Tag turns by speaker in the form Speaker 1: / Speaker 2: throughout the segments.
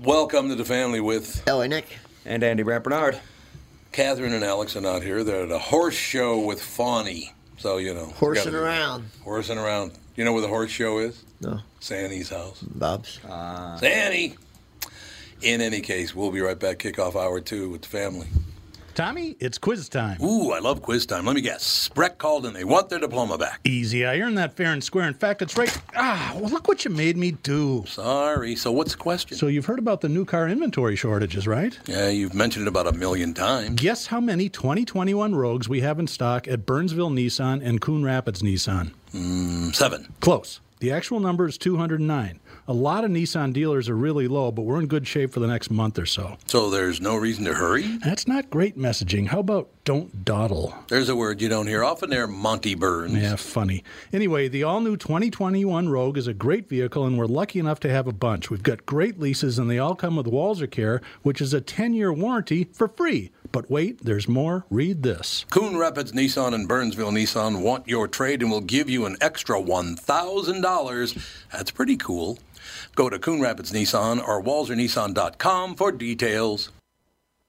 Speaker 1: Welcome to the family with
Speaker 2: Ellie Nick.
Speaker 3: And Andy Rappernard.
Speaker 1: Catherine and Alex are not here. They're at a horse show with Fawny. So, you know. we
Speaker 2: Horsing
Speaker 1: gotta-
Speaker 2: around.
Speaker 1: Horsing around. You know where the horse show is?
Speaker 2: No.
Speaker 1: Sandy's house.
Speaker 2: Bubs.
Speaker 1: Uh, Sandy! In any case, we'll be right back. Kickoff hour two with the family.
Speaker 4: Tommy, it's quiz time.
Speaker 1: Ooh, I love quiz time. Let me guess. Breck called and they want their diploma back.
Speaker 4: Easy. I earned that fair and square. In fact, it's right. Ah, well, look what you made me do.
Speaker 1: Sorry. So, what's the question?
Speaker 4: So, you've heard about the new car inventory shortages, right?
Speaker 1: yeah, you've mentioned it about a million times.
Speaker 4: Guess how many 2021 Rogues we have in stock at Burnsville Nissan and Coon Rapids Nissan?
Speaker 1: Seven.
Speaker 4: Close. The actual number is 209. A lot of Nissan dealers are really low, but we're in good shape for the next month or so.
Speaker 1: So, there's no reason to hurry?
Speaker 4: That's not great messaging. How about don't dawdle?
Speaker 1: There's a word you don't hear often there, Monty Burns.
Speaker 4: Yeah, funny. Anyway, the all new 2021 Rogue is a great vehicle, and we're lucky enough to have a bunch. We've got great leases, and they all come with Walzer Care, which is a 10 year warranty for free. But wait, there's more. Read this.
Speaker 1: Coon Rapids Nissan and Burnsville Nissan want your trade and will give you an extra $1,000. That's pretty cool. Go to Coon Rapids Nissan or WalzerNissan.com for details.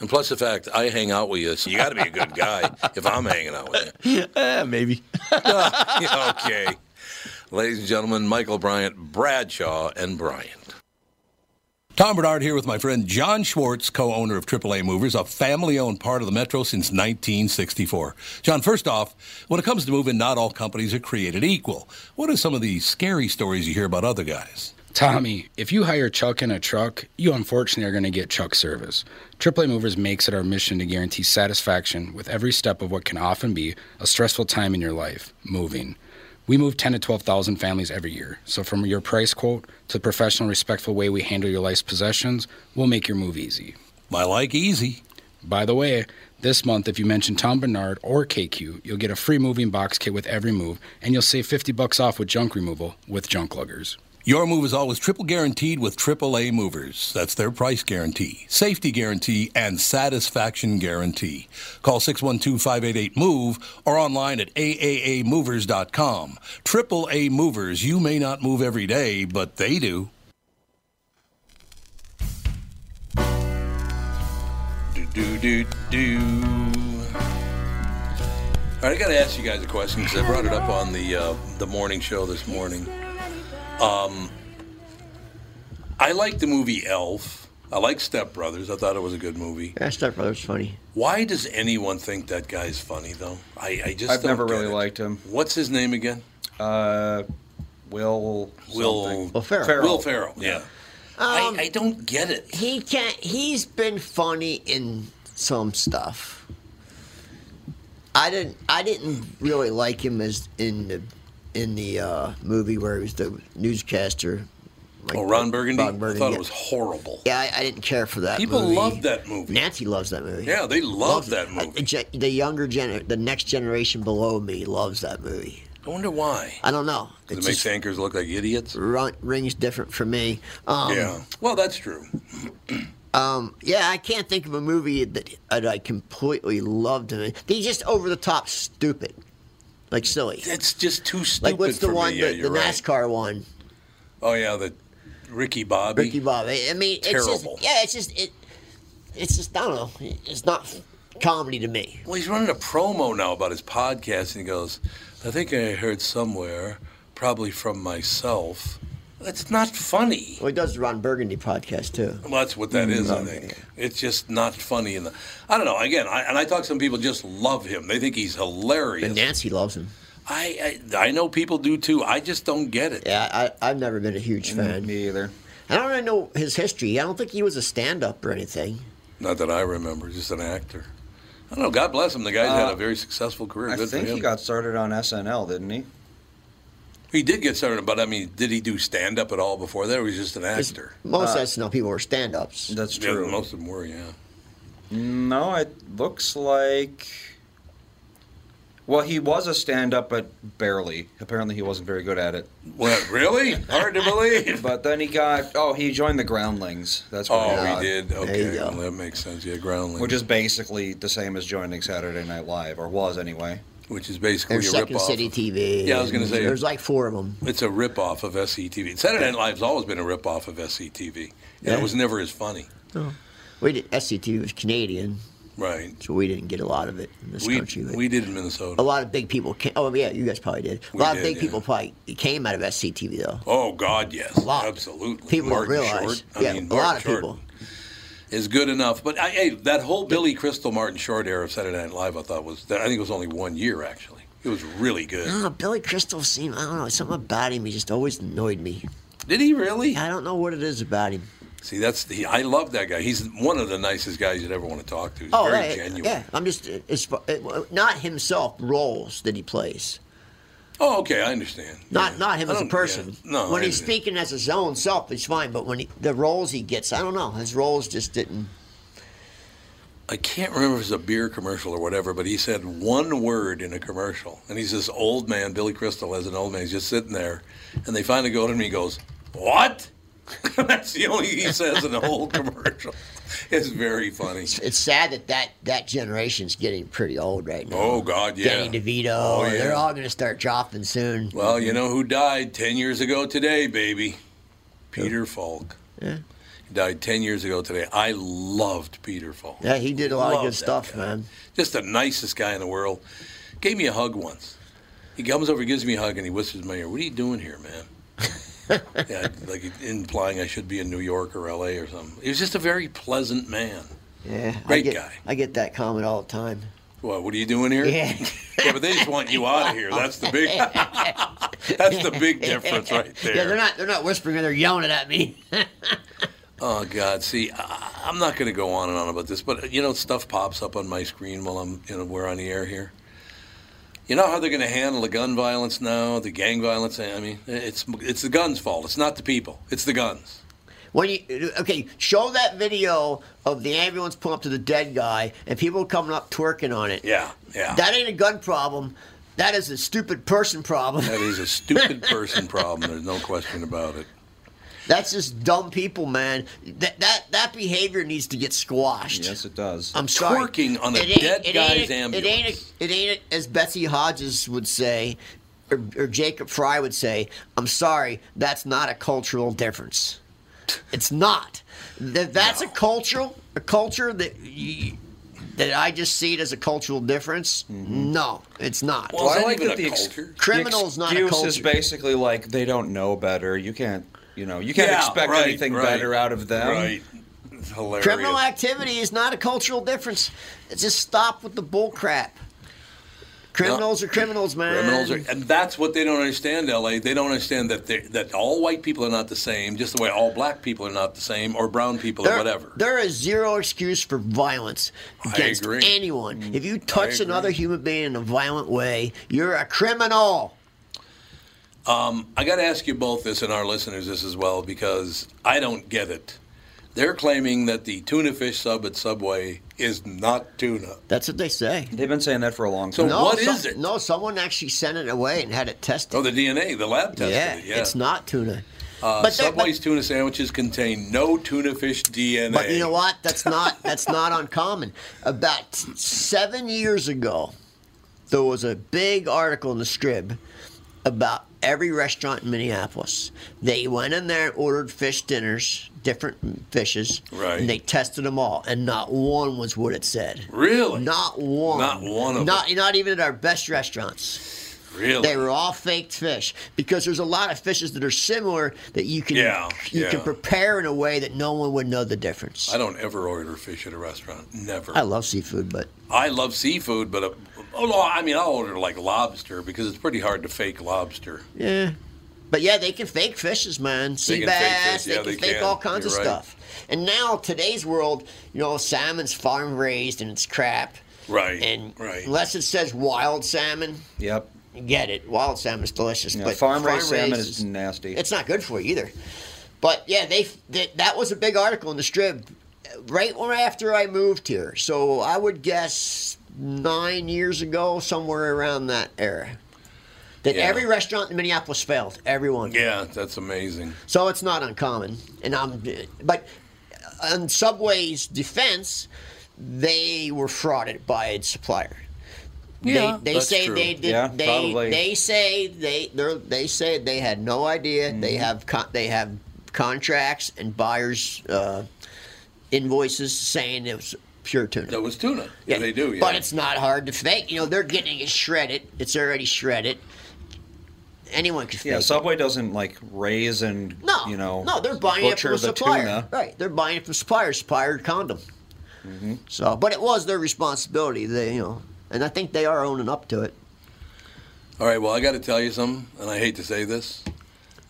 Speaker 1: And plus the fact I hang out with you, so you got to be a good guy if I'm hanging out with you.
Speaker 3: Eh, maybe.
Speaker 1: okay. Ladies and gentlemen, Michael Bryant, Bradshaw, and Bryant. Tom Bernard here with my friend John Schwartz, co owner of AAA Movers, a family owned part of the Metro since 1964. John, first off, when it comes to moving, not all companies are created equal. What are some of the scary stories you hear about other guys?
Speaker 5: Tommy, if you hire Chuck in a truck, you unfortunately are going to get Chuck service. AAA Movers makes it our mission to guarantee satisfaction with every step of what can often be a stressful time in your life, moving. We move 10 to 12,000 families every year. So from your price quote to the professional respectful way we handle your life's possessions, we'll make your move easy.
Speaker 1: My like easy.
Speaker 5: By the way, this month if you mention Tom Bernard or KQ, you'll get a free moving box kit with every move and you'll save 50 bucks off with junk removal with junk luggers.
Speaker 1: Your move is always triple guaranteed with AAA Movers. That's their price guarantee, safety guarantee, and satisfaction guarantee. Call 612-588-MOVE or online at aaamovers.com. AAA Movers, you may not move every day, but they do. Do, do, do, do. All right, I got to ask you guys a question because I brought it up on the, uh, the morning show this morning. I like the movie Elf. I like Step Brothers. I thought it was a good movie.
Speaker 2: Yeah, Step Brothers funny.
Speaker 1: Why does anyone think that guy's funny though? I, I just
Speaker 6: I've
Speaker 1: don't
Speaker 6: never
Speaker 1: get
Speaker 6: really
Speaker 1: it.
Speaker 6: liked him.
Speaker 1: What's his name again?
Speaker 6: Uh, Will.
Speaker 1: Will
Speaker 6: something.
Speaker 2: Well, Farrell.
Speaker 1: Will Ferrell. Yeah. I, I don't get it.
Speaker 2: He can't. He's been funny in some stuff. I didn't. I didn't really like him as in the in the uh, movie where he was the newscaster. Like,
Speaker 1: Oh, Ron Burgundy?
Speaker 2: Ron Burgundy,
Speaker 1: I thought
Speaker 2: yeah.
Speaker 1: it was horrible.
Speaker 2: Yeah, I, I didn't care for that.
Speaker 1: People
Speaker 2: movie.
Speaker 1: love that movie.
Speaker 2: Nancy loves that movie.
Speaker 1: Yeah, they love that
Speaker 2: I-
Speaker 1: movie.
Speaker 2: gen- the younger gen, the next generation below me loves that movie.
Speaker 1: I wonder why.
Speaker 2: I don't know.
Speaker 1: Does
Speaker 2: It
Speaker 1: it makes
Speaker 2: just Um,
Speaker 1: anchors look like idiots?
Speaker 2: run, rings different for me. Um,
Speaker 1: Yeah. Well, that's true.
Speaker 2: Yeah, I can't think of a movie that, that I completely loved. Him. in. He's just over the top stupid, like silly.
Speaker 1: It's just too stupid.
Speaker 2: Like what's the
Speaker 1: for me.
Speaker 2: one,
Speaker 1: Yeah,
Speaker 2: the,
Speaker 1: you're
Speaker 2: the
Speaker 1: right.
Speaker 2: NASCAR one,
Speaker 1: Oh yeah, the Ricky Bobby.
Speaker 2: Ricky Bob. I I mean, it's
Speaker 1: Terrible.
Speaker 2: just yeah, it's just it, it's just I don't know. It's not comedy to me.
Speaker 1: Well, he's running a promo now about his podcast, and he goes, "I think I heard somewhere, probably from myself. That's not funny.
Speaker 2: Well, he does the Ron Burgundy podcast too.
Speaker 1: Well, that's what that is.
Speaker 6: Mm,
Speaker 1: I think it's just not funny. In the, I don't know. Again, I, and I talk to some people just love him. They think he's
Speaker 2: And
Speaker 1: hilarious.
Speaker 2: Nancy loves him.
Speaker 1: I, I I know people do too. I just don't get it.
Speaker 2: Yeah, I, I've never been a huge
Speaker 1: Mm,
Speaker 2: fan.
Speaker 6: Me either.
Speaker 2: I don't really know his history. I don't think he was a stand-up or anything.
Speaker 1: Not that I remember. Just an actor. I don't know. God bless him. The guy's had a very successful career.
Speaker 6: Uh, I
Speaker 1: Good for
Speaker 6: think
Speaker 1: him.
Speaker 6: he got started on SNL, didn't he?
Speaker 1: He did get started, but I mean, did he do stand up at all before that? Or was he just an actor?
Speaker 2: Most SNL people were stand-ups.
Speaker 6: That's
Speaker 1: Yeah,
Speaker 6: true.
Speaker 1: most of them were, yeah.
Speaker 6: No, it looks like. Well, he was a stand-up, but barely. Apparently, he wasn't very good at it.
Speaker 1: What, really? Hard to
Speaker 2: Oh,
Speaker 1: believe.
Speaker 6: But then he got. Oh, he joined the Groundlings. That's what he,
Speaker 1: Oh,
Speaker 6: got,
Speaker 1: he did.
Speaker 2: you
Speaker 1: Okay,
Speaker 2: go.
Speaker 1: well, that makes sense. Yeah, Groundling,
Speaker 6: Which is basically the same as joining Saturday Night Live, or was anyway.
Speaker 1: which is basically
Speaker 2: There's
Speaker 1: a
Speaker 2: Second
Speaker 1: rip off.
Speaker 2: City TV.
Speaker 1: Yeah, I was gonna say-
Speaker 2: there's like four of them.
Speaker 1: It's a rip off of SCTV. Saturday Night Live's always been a rip off of SCTV, and
Speaker 2: Yeah.
Speaker 1: it was never as funny.
Speaker 2: We did SCTV was Canadian,
Speaker 1: Right.
Speaker 2: so we didn't get a lot of it in this
Speaker 1: We,
Speaker 2: country. but
Speaker 1: we did in
Speaker 2: a
Speaker 1: Minnesota.
Speaker 2: lot of big people. Came, oh yeah, you guys probably did. A
Speaker 1: We
Speaker 2: lot of
Speaker 1: did,
Speaker 2: big people
Speaker 1: yeah.
Speaker 2: probably came out of SCTV though.
Speaker 1: Oh, God, yes.
Speaker 2: A lot.
Speaker 1: Absolutely.
Speaker 2: People
Speaker 1: Martin
Speaker 2: don't realize.
Speaker 1: Short. I
Speaker 2: yeah,
Speaker 1: mean,
Speaker 2: a lot
Speaker 1: Martin
Speaker 2: of
Speaker 1: Short
Speaker 2: people.
Speaker 1: Is good enough, but I, hey, that whole Billy Crystal, Martin Short era of Saturday Night Live, I thought was, I think it was only one year actually. It was really good.
Speaker 2: No, Billy Crystal seemed. I don't know. Something about him. He just always annoyed me.
Speaker 1: Did he really?
Speaker 2: I don't know what it is about him.
Speaker 1: See, that's the. I love that guy. He's one of the nicest guys you'd ever want to talk to. He's
Speaker 2: Oh,
Speaker 1: very
Speaker 2: yeah,
Speaker 1: genuine.
Speaker 2: yeah. I'm just. It's it, not himself. Roles that he plays.
Speaker 1: Oh, okay, I understand.
Speaker 2: Not
Speaker 1: Yeah.
Speaker 2: not him
Speaker 1: I
Speaker 2: as a
Speaker 1: don't-
Speaker 2: person.
Speaker 1: yeah. No,
Speaker 2: When
Speaker 1: I
Speaker 2: he's
Speaker 1: understand.
Speaker 2: speaking as his own self, it's fine. But when he, the roles he gets, I don't know. His roles just didn't.
Speaker 1: I can't remember if it was a beer commercial or whatever, but he said one word in a commercial, and he's this old man. Billy Crystal as an old man, he's just sitting there, and they finally go to him. and He goes, "What?" that's the only he says in the whole commercial. It's very funny.
Speaker 2: It's sad that that that generation's getting pretty old right now.
Speaker 1: Oh God, yeah.
Speaker 2: Danny DeVito.
Speaker 1: Oh, yeah.
Speaker 2: They're all going to start dropping soon.
Speaker 1: Well, you know who died 10 years ago today, baby? Peter Falk. Yeah. He died 10 years ago today. I loved Peter Falk.
Speaker 2: yeah, he did a lot of
Speaker 1: Love
Speaker 2: good
Speaker 1: that
Speaker 2: stuff,
Speaker 1: guy.
Speaker 2: man.
Speaker 1: Just the nicest guy in the world. Gave me a hug once. He comes over, gives me a hug, and he whispers in my ear, What are you doing here, man? yeah, like implying I should be in New York or LA or something. He was just a very pleasant man.
Speaker 2: Yeah, I
Speaker 1: Great
Speaker 2: get,
Speaker 1: guy.
Speaker 2: I get that comment all the time.
Speaker 1: What, what are you doing here?
Speaker 2: Yeah.
Speaker 1: Yeah, but they just want you out of here. That's the big That's the big difference right there.
Speaker 2: Yeah, they're not they're not whispering. They're yelling at me.
Speaker 1: Oh God! See, I, I'm not going to go on and on about this, but uh, you know, stuff pops up on my screen while I'm, you know, we're on the air here. You know how they're going to handle the gun violence now, the gang violence. I mean, it's it's the guns' fault. It's not the people. It's the guns.
Speaker 2: when you okay, show that video of the ambulance pulling up to the dead guy and people coming up twerking on it.
Speaker 1: Yeah, yeah.
Speaker 2: That ain't a gun problem. That is a stupid person problem.
Speaker 1: that is a stupid person problem. There's no question about it.
Speaker 2: That's just dumb people, man. That that that behavior needs to get squashed.
Speaker 6: Yes, it does.
Speaker 2: I'm sorry.
Speaker 1: Twerking on a
Speaker 2: ain't-
Speaker 1: dead
Speaker 2: it ain't
Speaker 1: guy's
Speaker 2: a-
Speaker 1: ambulance.
Speaker 2: It ain't, a, it ain't a, as Betsy Hodges would say, or, or Jacob Fry would say. I'm sorry, that's not a cultural difference. It's not. That that's a cultural a culture that you, that I just see it as a cultural difference. No, it's not.
Speaker 1: Mm-hmm. Well, is
Speaker 6: I
Speaker 1: that
Speaker 6: like
Speaker 1: even
Speaker 6: that
Speaker 1: a
Speaker 6: the ex-
Speaker 1: culture?
Speaker 2: Criminal's not a
Speaker 6: excuse is
Speaker 2: culture.
Speaker 6: basically like they don't know better. You can't, you know, you can't
Speaker 1: Yeah,
Speaker 6: expect
Speaker 1: right,
Speaker 6: anything
Speaker 1: right,
Speaker 6: better out of them.
Speaker 1: Right? It's hilarious.
Speaker 2: Um, Criminal activity is not a cultural difference. Just stop with the bull crap. Criminals are criminals, man.
Speaker 1: Criminals are, and that's what they don't understand, LA. They don't understand that they, that all white people are not the same, just the way all black people are not the same, or brown people, or
Speaker 2: There-
Speaker 1: whatever.
Speaker 2: There is zero excuse for violence against
Speaker 1: agree. Mm,
Speaker 2: anyone. If you touch
Speaker 1: agree.
Speaker 2: another human being in a violent way, you're a criminal.
Speaker 1: I got to ask you both this and our listeners this as well because I don't get it. They're claiming that the tuna fish sub at Subway is not tuna.
Speaker 2: That's what they say.
Speaker 6: They've been saying that for a long time.
Speaker 1: No. What
Speaker 2: so-
Speaker 1: is it?
Speaker 2: No, someone actually sent it away and had it tested.
Speaker 1: Oh, the DNA, the lab tested
Speaker 2: yeah,
Speaker 1: it. Yeah,
Speaker 2: it's not tuna. but,
Speaker 1: Uh,
Speaker 2: that-
Speaker 1: Subway's tuna sandwiches contain no tuna fish DNA.
Speaker 2: but you know what? That's not that's not uncommon. About seven years ago, there was a big article in the Strib about every restaurant in Minneapolis. They went in there and ordered fish dinners, different fishes,
Speaker 1: Right.
Speaker 2: and they tested them all, and not one was what it said.
Speaker 1: Really?
Speaker 2: Not one.
Speaker 1: Not one of
Speaker 2: not, Not even at our best restaurants.
Speaker 1: Really?
Speaker 2: They were all faked fish because there's a lot of fishes that are similar that you can
Speaker 1: Yeah,
Speaker 2: you
Speaker 1: yeah.
Speaker 2: can prepare in a way that no one would know the difference.
Speaker 1: I don't ever order fish at a restaurant. Never.
Speaker 2: I love seafood, but
Speaker 1: I love seafood, but uh oh no, I mean I'll order like lobster because it's pretty hard to fake lobster.
Speaker 2: yeah, but yeah, they can fake fishes, man. Sea
Speaker 1: can fake
Speaker 2: bass,
Speaker 1: fish, yeah,
Speaker 2: they can
Speaker 1: they
Speaker 2: fake
Speaker 1: can.
Speaker 2: all kinds of
Speaker 1: You're right.
Speaker 2: stuff. And now today's world, you know, salmon's farm raised and it's crap.
Speaker 1: Right,
Speaker 2: And
Speaker 1: right.
Speaker 2: unless it says wild salmon,
Speaker 6: Yep.
Speaker 2: you get it. Wild salmon's delicious,
Speaker 6: Yeah,
Speaker 2: but
Speaker 6: farm-raised salmon
Speaker 2: farm-raised
Speaker 6: is nasty.
Speaker 2: It's not good for you either. But yeah, they, they that was a big article in the Strip uh, right when after I moved here. So I would guess nine years ago, somewhere around that era. That
Speaker 1: Yeah.
Speaker 2: every restaurant in Minneapolis failed, everyone.
Speaker 1: Yeah, that's amazing.
Speaker 2: So it's not uncommon, and I'm, but on Subway's defense, they were frauded by its supplier.
Speaker 1: Yeah,
Speaker 2: they, they
Speaker 1: that's
Speaker 2: say
Speaker 1: true.
Speaker 2: they did.
Speaker 6: Yeah,
Speaker 2: they
Speaker 6: probably.
Speaker 2: they say they they're- they said they had no idea. They
Speaker 1: Mm-hmm.
Speaker 2: have con- they have contracts and buyers uh, invoices saying it was pure tuna.
Speaker 1: That was tuna.
Speaker 2: Yeah.
Speaker 1: They do. Yeah.
Speaker 2: But it's not hard to fake. You know, they're getting it shredded. It's already shredded. Anyone can fake
Speaker 6: Yeah,
Speaker 2: it.
Speaker 6: Subway doesn't like raise and
Speaker 2: No,
Speaker 6: you know
Speaker 2: no, they're buying it
Speaker 6: butcher
Speaker 2: from a
Speaker 6: the
Speaker 2: supplier.
Speaker 6: tuna.
Speaker 2: Right, they're buying it from supplier, supplier condom.
Speaker 6: Mm-hmm.
Speaker 2: So, but it was their responsibility. They, you know, and I think they are owning up to it.
Speaker 1: All right. Well, I got to tell you something, and I hate to say this,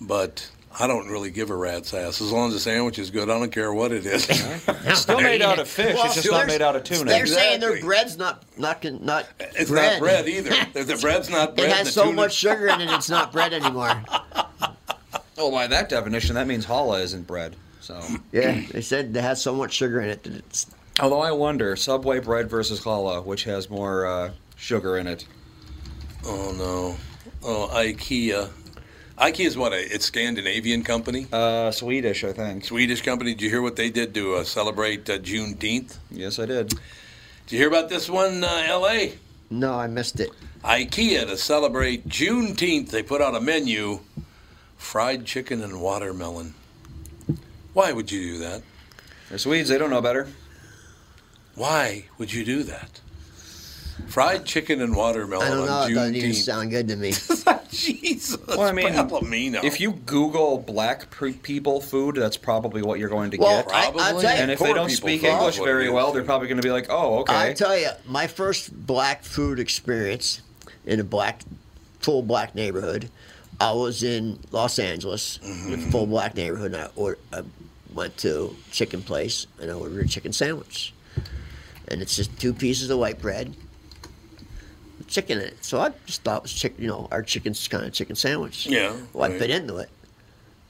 Speaker 1: but I don't really give a rat's ass as long as the sandwich is good. I don't care what it is.
Speaker 6: It's still made out of fish.
Speaker 2: Well,
Speaker 6: it's just
Speaker 2: so
Speaker 6: not
Speaker 2: there's-
Speaker 6: made out of tuna.
Speaker 2: They're saying their
Speaker 1: Exactly.
Speaker 2: bread's not not con- not
Speaker 1: it's
Speaker 2: bread.
Speaker 1: not bread either. If the bread's not bread,
Speaker 2: It has
Speaker 1: the
Speaker 2: so
Speaker 1: tuna-
Speaker 2: much sugar in it, it's not bread anymore.
Speaker 6: Oh, by that definition, that means challah isn't bread. So,
Speaker 2: Yeah, they said it has so much sugar in it that it's.
Speaker 6: although I wonder, Subway bread versus challah, which has more uh, sugar in it?
Speaker 1: Oh no. Oh IKEA. IKEA is what? A, it's Scandinavian company,
Speaker 6: Uh, Swedish, I think.
Speaker 1: Swedish company. Did you hear what they did to uh, celebrate uh, Juneteenth?
Speaker 6: Yes, I did.
Speaker 1: Did you hear about this one, uh, L.A.?
Speaker 2: No, I missed it.
Speaker 1: IKEA to celebrate Juneteenth. They put out a menu: fried chicken and watermelon. Why would you do that?
Speaker 6: The Swedes, they don't know better.
Speaker 1: Why would you do that? Fried chicken and
Speaker 6: Oh,
Speaker 1: watermelon
Speaker 2: I don't know.
Speaker 1: on
Speaker 2: It doesn't even
Speaker 1: Juneteenth.
Speaker 2: sound good to me.
Speaker 1: Jesus,
Speaker 6: Well, I mean,
Speaker 1: Palomino.
Speaker 6: If you Google black pre- people food, that's probably what you're going to
Speaker 2: Well,
Speaker 6: get.
Speaker 2: I, I'll
Speaker 1: Probably.
Speaker 2: tell you,
Speaker 6: and if
Speaker 1: poor
Speaker 6: they don't
Speaker 1: people
Speaker 6: speak
Speaker 1: food is
Speaker 6: English
Speaker 1: what it
Speaker 6: very
Speaker 1: is.
Speaker 6: well, they're probably going to be like, "Oh, okay."
Speaker 2: I tell you, my first black food experience in a black, full black neighborhood, I was in Los Angeles, in a full black neighborhood, and I, order, I went to chicken place and I ordered a chicken sandwich, and it's just two pieces of white bread, with chicken in it. So I just thought it was chicken, you know, our chicken's kind of chicken sandwich.
Speaker 1: Yeah,
Speaker 2: Well, I
Speaker 1: right.
Speaker 2: bit into it,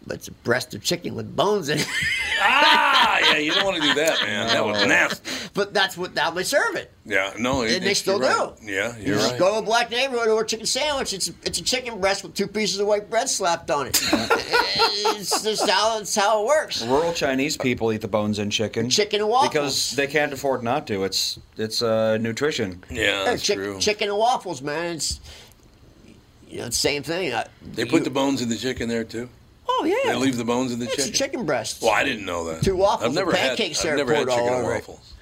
Speaker 2: but it's a breast of chicken with bones in it.
Speaker 1: ah, yeah, you don't want to do that, man. That was nasty.
Speaker 2: but that's what how they serve it.
Speaker 1: Yeah, no, it,
Speaker 2: And they
Speaker 1: it's-
Speaker 2: still
Speaker 1: you're right.
Speaker 2: do.
Speaker 1: Yeah,
Speaker 2: You
Speaker 1: you're
Speaker 2: just
Speaker 1: right.
Speaker 2: go to a black neighborhood or a chicken sandwich. It's it's a chicken breast with two pieces of white bread slapped on it. it's just how it's how it works.
Speaker 6: Rural Chinese people eat the bones in chicken.
Speaker 2: Chicken and waffles.
Speaker 6: Because they can't afford not to. It's it's uh, nutrition.
Speaker 1: yeah, that's
Speaker 2: Chick-
Speaker 1: true.
Speaker 2: Chicken and waffles, man. It's you know it's the same thing. I-
Speaker 1: they put
Speaker 2: you-
Speaker 1: the bones in the chicken there too.
Speaker 2: oh yeah.
Speaker 1: They leave the bones in the
Speaker 2: it's
Speaker 1: chicken.
Speaker 2: a chicken breast.
Speaker 1: Well, I didn't know that.
Speaker 2: Two waffles
Speaker 1: I've
Speaker 2: with
Speaker 1: never
Speaker 2: pancakes
Speaker 1: had,
Speaker 2: there
Speaker 1: I've never had
Speaker 2: poured all
Speaker 1: chicken and
Speaker 2: over it.
Speaker 1: waffles.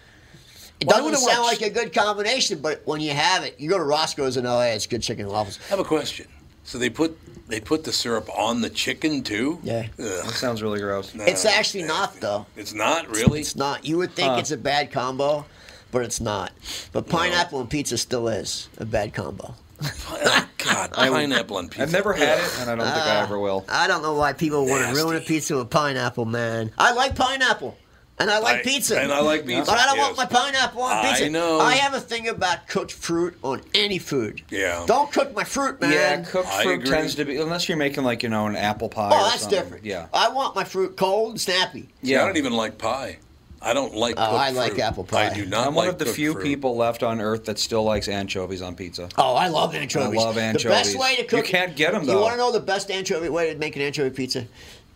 Speaker 2: it
Speaker 1: why
Speaker 2: doesn't
Speaker 1: would it
Speaker 2: sound
Speaker 1: work?
Speaker 2: like a good combination, but when you have it, you go to Roscoe's in L.A. It's good chicken and waffles.
Speaker 1: I have a question. So they put they put the syrup on the chicken too?
Speaker 2: Yeah.
Speaker 1: Ugh,
Speaker 6: Sounds really gross.
Speaker 2: It's actually not though.
Speaker 1: it's not really.
Speaker 2: It's not. You would think it's a bad combo, but it's not. But pineapple and pizza still is a bad combo.
Speaker 1: Oh, God, pineapple and pizza.
Speaker 6: I've never had it, and I don't think I
Speaker 2: Ah,
Speaker 6: ever will.
Speaker 2: I don't know why people want to ruin a pizza with pineapple, man. I like pineapple. And I like
Speaker 1: I-
Speaker 2: pizza.
Speaker 1: and I like pizza,
Speaker 2: But I don't want
Speaker 1: yes.
Speaker 2: my pineapple on
Speaker 1: I
Speaker 2: pizza.
Speaker 1: know.
Speaker 2: I have a thing about cooked fruit on any food.
Speaker 1: Yeah.
Speaker 2: Don't cook my fruit, man.
Speaker 6: Yeah, cooked
Speaker 1: I
Speaker 6: fruit
Speaker 1: agree.
Speaker 6: tends to be unless you're making like you know an apple pie.
Speaker 2: Oh,
Speaker 6: or
Speaker 2: that's
Speaker 6: something.
Speaker 2: different.
Speaker 6: Yeah,
Speaker 2: I want my fruit cold and snappy.
Speaker 1: See, I don't even like pie. I don't like.
Speaker 2: Oh,
Speaker 1: cooked
Speaker 2: I like
Speaker 1: fruit.
Speaker 2: apple pie.
Speaker 1: I do not.
Speaker 6: I'm one
Speaker 1: like
Speaker 6: of the
Speaker 1: cooked
Speaker 6: few
Speaker 1: fruit.
Speaker 6: people left on Earth that still likes anchovies on pizza.
Speaker 2: Oh, I love anchovies.
Speaker 6: I love
Speaker 2: The best
Speaker 6: anchovies.
Speaker 2: way to
Speaker 6: You
Speaker 2: cook
Speaker 6: can't get 'em,
Speaker 2: You
Speaker 6: though.
Speaker 2: want to know the best anchovy way to make an anchovy pizza?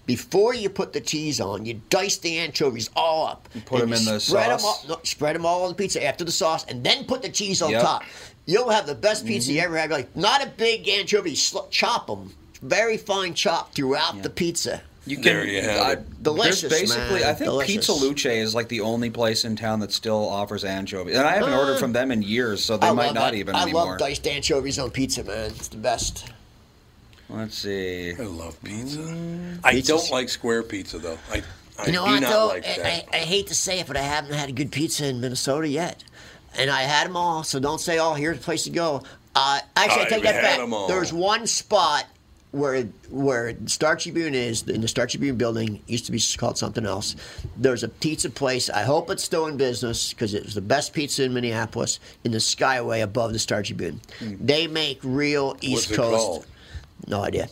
Speaker 2: Before you put the cheese on, you dice the anchovies all up. You
Speaker 6: put 'em in the
Speaker 2: spread 'em
Speaker 6: sauce?
Speaker 2: all, no, spread 'em all on the pizza after the sauce, and then put the cheese on
Speaker 6: Yep. Mm-hmm.
Speaker 2: top. You'll have the best pizza you ever had. Like not a big anchovy, sl- chop them, very fine chop throughout the pizza.
Speaker 6: You can,
Speaker 1: There you have
Speaker 6: I-
Speaker 1: it.
Speaker 6: there's
Speaker 2: Delicious,
Speaker 6: Basically,
Speaker 2: man.
Speaker 6: I think
Speaker 2: Delicious.
Speaker 6: Pizza Luce is like the only place in town that still offers anchovies, and I haven't ordered from them in years, so they
Speaker 2: Uh, I
Speaker 6: might
Speaker 2: love
Speaker 6: not
Speaker 2: it.
Speaker 6: even
Speaker 2: I
Speaker 6: anymore.
Speaker 2: love diced anchovies on pizza, man. It's the best.
Speaker 6: Let's see.
Speaker 1: I love pizza. I don't like square pizza though. I,
Speaker 2: Mm.
Speaker 1: I
Speaker 2: You know
Speaker 1: do
Speaker 2: what
Speaker 1: not
Speaker 2: though? Eh,
Speaker 1: like that.
Speaker 2: I, I, I hate to say it, but I haven't had a good pizza in Minnesota yet, and I had them all. So don't say, "Oh, here's the place to go." Uh, actually, I
Speaker 1: I've
Speaker 2: take that
Speaker 1: had
Speaker 2: back.
Speaker 1: 'em all.
Speaker 2: There's one spot where where Star Tribune is in the Star Tribune building. Used to be called something else. There's a pizza place. I hope it's still in business because it was the best pizza in Minneapolis in the Skyway above the Star Tribune. They make real East
Speaker 1: Hmm. What's it
Speaker 2: Coast.
Speaker 1: called?
Speaker 2: No idea.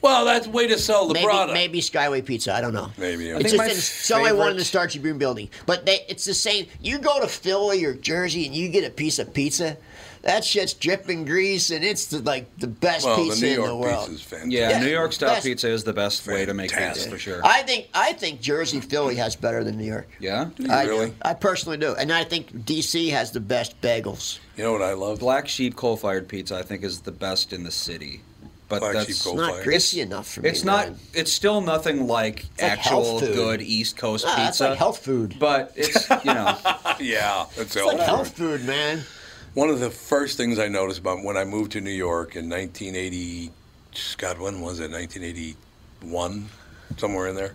Speaker 1: well, that's way to sell the
Speaker 2: Maybe,
Speaker 1: product.
Speaker 2: maybe Skyway Pizza. I don't know.
Speaker 1: Maybe, yeah. I
Speaker 2: it's
Speaker 6: think
Speaker 2: just in,
Speaker 6: my
Speaker 2: so I wanted
Speaker 6: favorite-
Speaker 2: to start Tribune Building, but they, it's the same. You go to Philly or Jersey and you get a piece of pizza. That shit's dripping grease, and it's the, like the best
Speaker 1: well,
Speaker 2: pizza
Speaker 1: the New
Speaker 2: in the
Speaker 1: York
Speaker 2: world.
Speaker 1: pizza is fantastic.
Speaker 6: Yeah, New York style
Speaker 2: best-
Speaker 6: pizza is the best way to make pizza
Speaker 1: Fantastic.
Speaker 6: for sure.
Speaker 2: I think I think Jersey Philly has better than New York.
Speaker 6: yeah,
Speaker 2: I,
Speaker 1: really?
Speaker 2: I personally do, and I think DC has the best bagels.
Speaker 1: You know what I love?
Speaker 6: Black Sheep coal fired pizza I think is the best in the city, but
Speaker 1: Black
Speaker 6: that's
Speaker 1: Sheep
Speaker 2: It's
Speaker 1: coal-
Speaker 2: not
Speaker 1: fire.
Speaker 2: greasy enough for me.
Speaker 6: It's not.
Speaker 2: man.
Speaker 6: It's still nothing like
Speaker 2: like
Speaker 6: actual
Speaker 2: health food.
Speaker 6: good East Coast
Speaker 2: Ah,
Speaker 6: pizza.
Speaker 2: it's like health food.
Speaker 6: But it's you know
Speaker 1: yeah, that's
Speaker 2: It's like health food, man.
Speaker 1: One of the first things I noticed about when I moved to New York in 1980, God, when was it? 1981, somewhere in there.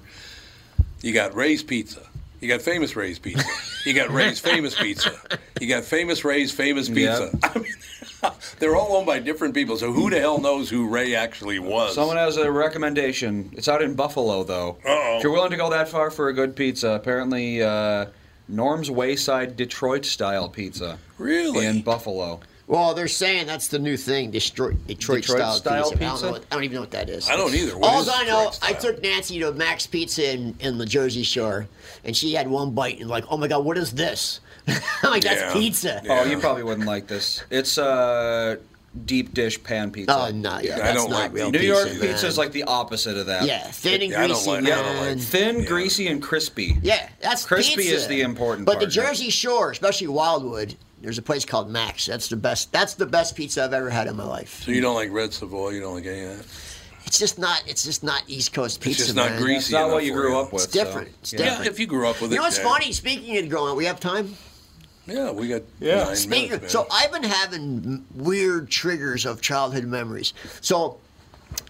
Speaker 1: You got Ray's Pizza. You got famous Ray's Pizza. You got Ray's famous pizza. You got famous Ray's famous pizza. I mean, they're all owned by different people. So who the hell knows who Ray actually was?
Speaker 6: someone has a recommendation. It's out in Buffalo though.
Speaker 1: Uh-oh.
Speaker 6: If you're willing to go that far for a good pizza, apparently uh, Norm's Wayside Detroit style pizza
Speaker 1: really?
Speaker 6: in Buffalo.
Speaker 2: Well, they're saying that's the the new thing, Detroit, Detroit,
Speaker 6: Detroit
Speaker 2: style,
Speaker 6: style
Speaker 2: pizza. I, don't know
Speaker 6: pizza?
Speaker 2: what- I don't even know what that is.
Speaker 1: I don't either. What
Speaker 2: All
Speaker 1: is
Speaker 2: I
Speaker 1: Detroit
Speaker 2: know, I
Speaker 1: style?
Speaker 2: took Nancy to Max Pizza in, in the Jersey Shore, and she had one bite and like, oh my god, what is this? I'm like, that's
Speaker 1: Yeah.
Speaker 2: pizza.
Speaker 1: Yeah.
Speaker 6: Oh, you probably wouldn't like this. It's uh, deep dish pan pizza.
Speaker 2: Oh no, yeah,
Speaker 1: I
Speaker 2: that's
Speaker 1: don't
Speaker 2: not
Speaker 1: like
Speaker 2: real
Speaker 6: New
Speaker 1: deep
Speaker 2: pizza.
Speaker 6: York
Speaker 2: man.
Speaker 6: pizza is like the opposite of that.
Speaker 2: yeah, thin and
Speaker 1: Yeah, I don't
Speaker 2: greasy,
Speaker 1: like- I don't like
Speaker 2: man.
Speaker 6: Thin, greasy, and crispy.
Speaker 2: Yeah, that's
Speaker 6: Crispy
Speaker 2: pizza.
Speaker 6: is the important
Speaker 2: But the
Speaker 6: part, yeah.
Speaker 2: Jersey Shore, especially Wildwood, there's a place called Max. That's the best. That's the best pizza I've ever had in my life.
Speaker 1: So you don't like Red Savoy? You don't like any of that?
Speaker 2: It's just not. It's just not East Coast pizza.
Speaker 1: It's just not
Speaker 2: man.
Speaker 1: greasy.
Speaker 6: It's not
Speaker 1: enough
Speaker 6: what you
Speaker 1: for
Speaker 6: grew up with.
Speaker 2: It's different. It's
Speaker 6: So.
Speaker 2: different.
Speaker 1: Yeah, if you grew up with it.
Speaker 2: You know what's
Speaker 1: yeah.
Speaker 2: funny? Speaking of growing up, we have time.
Speaker 1: Yeah, we got
Speaker 6: Yeah.
Speaker 1: nine
Speaker 2: Speaking
Speaker 1: minutes,
Speaker 2: of, so
Speaker 1: man.
Speaker 2: I've been having m- weird triggers of childhood memories. So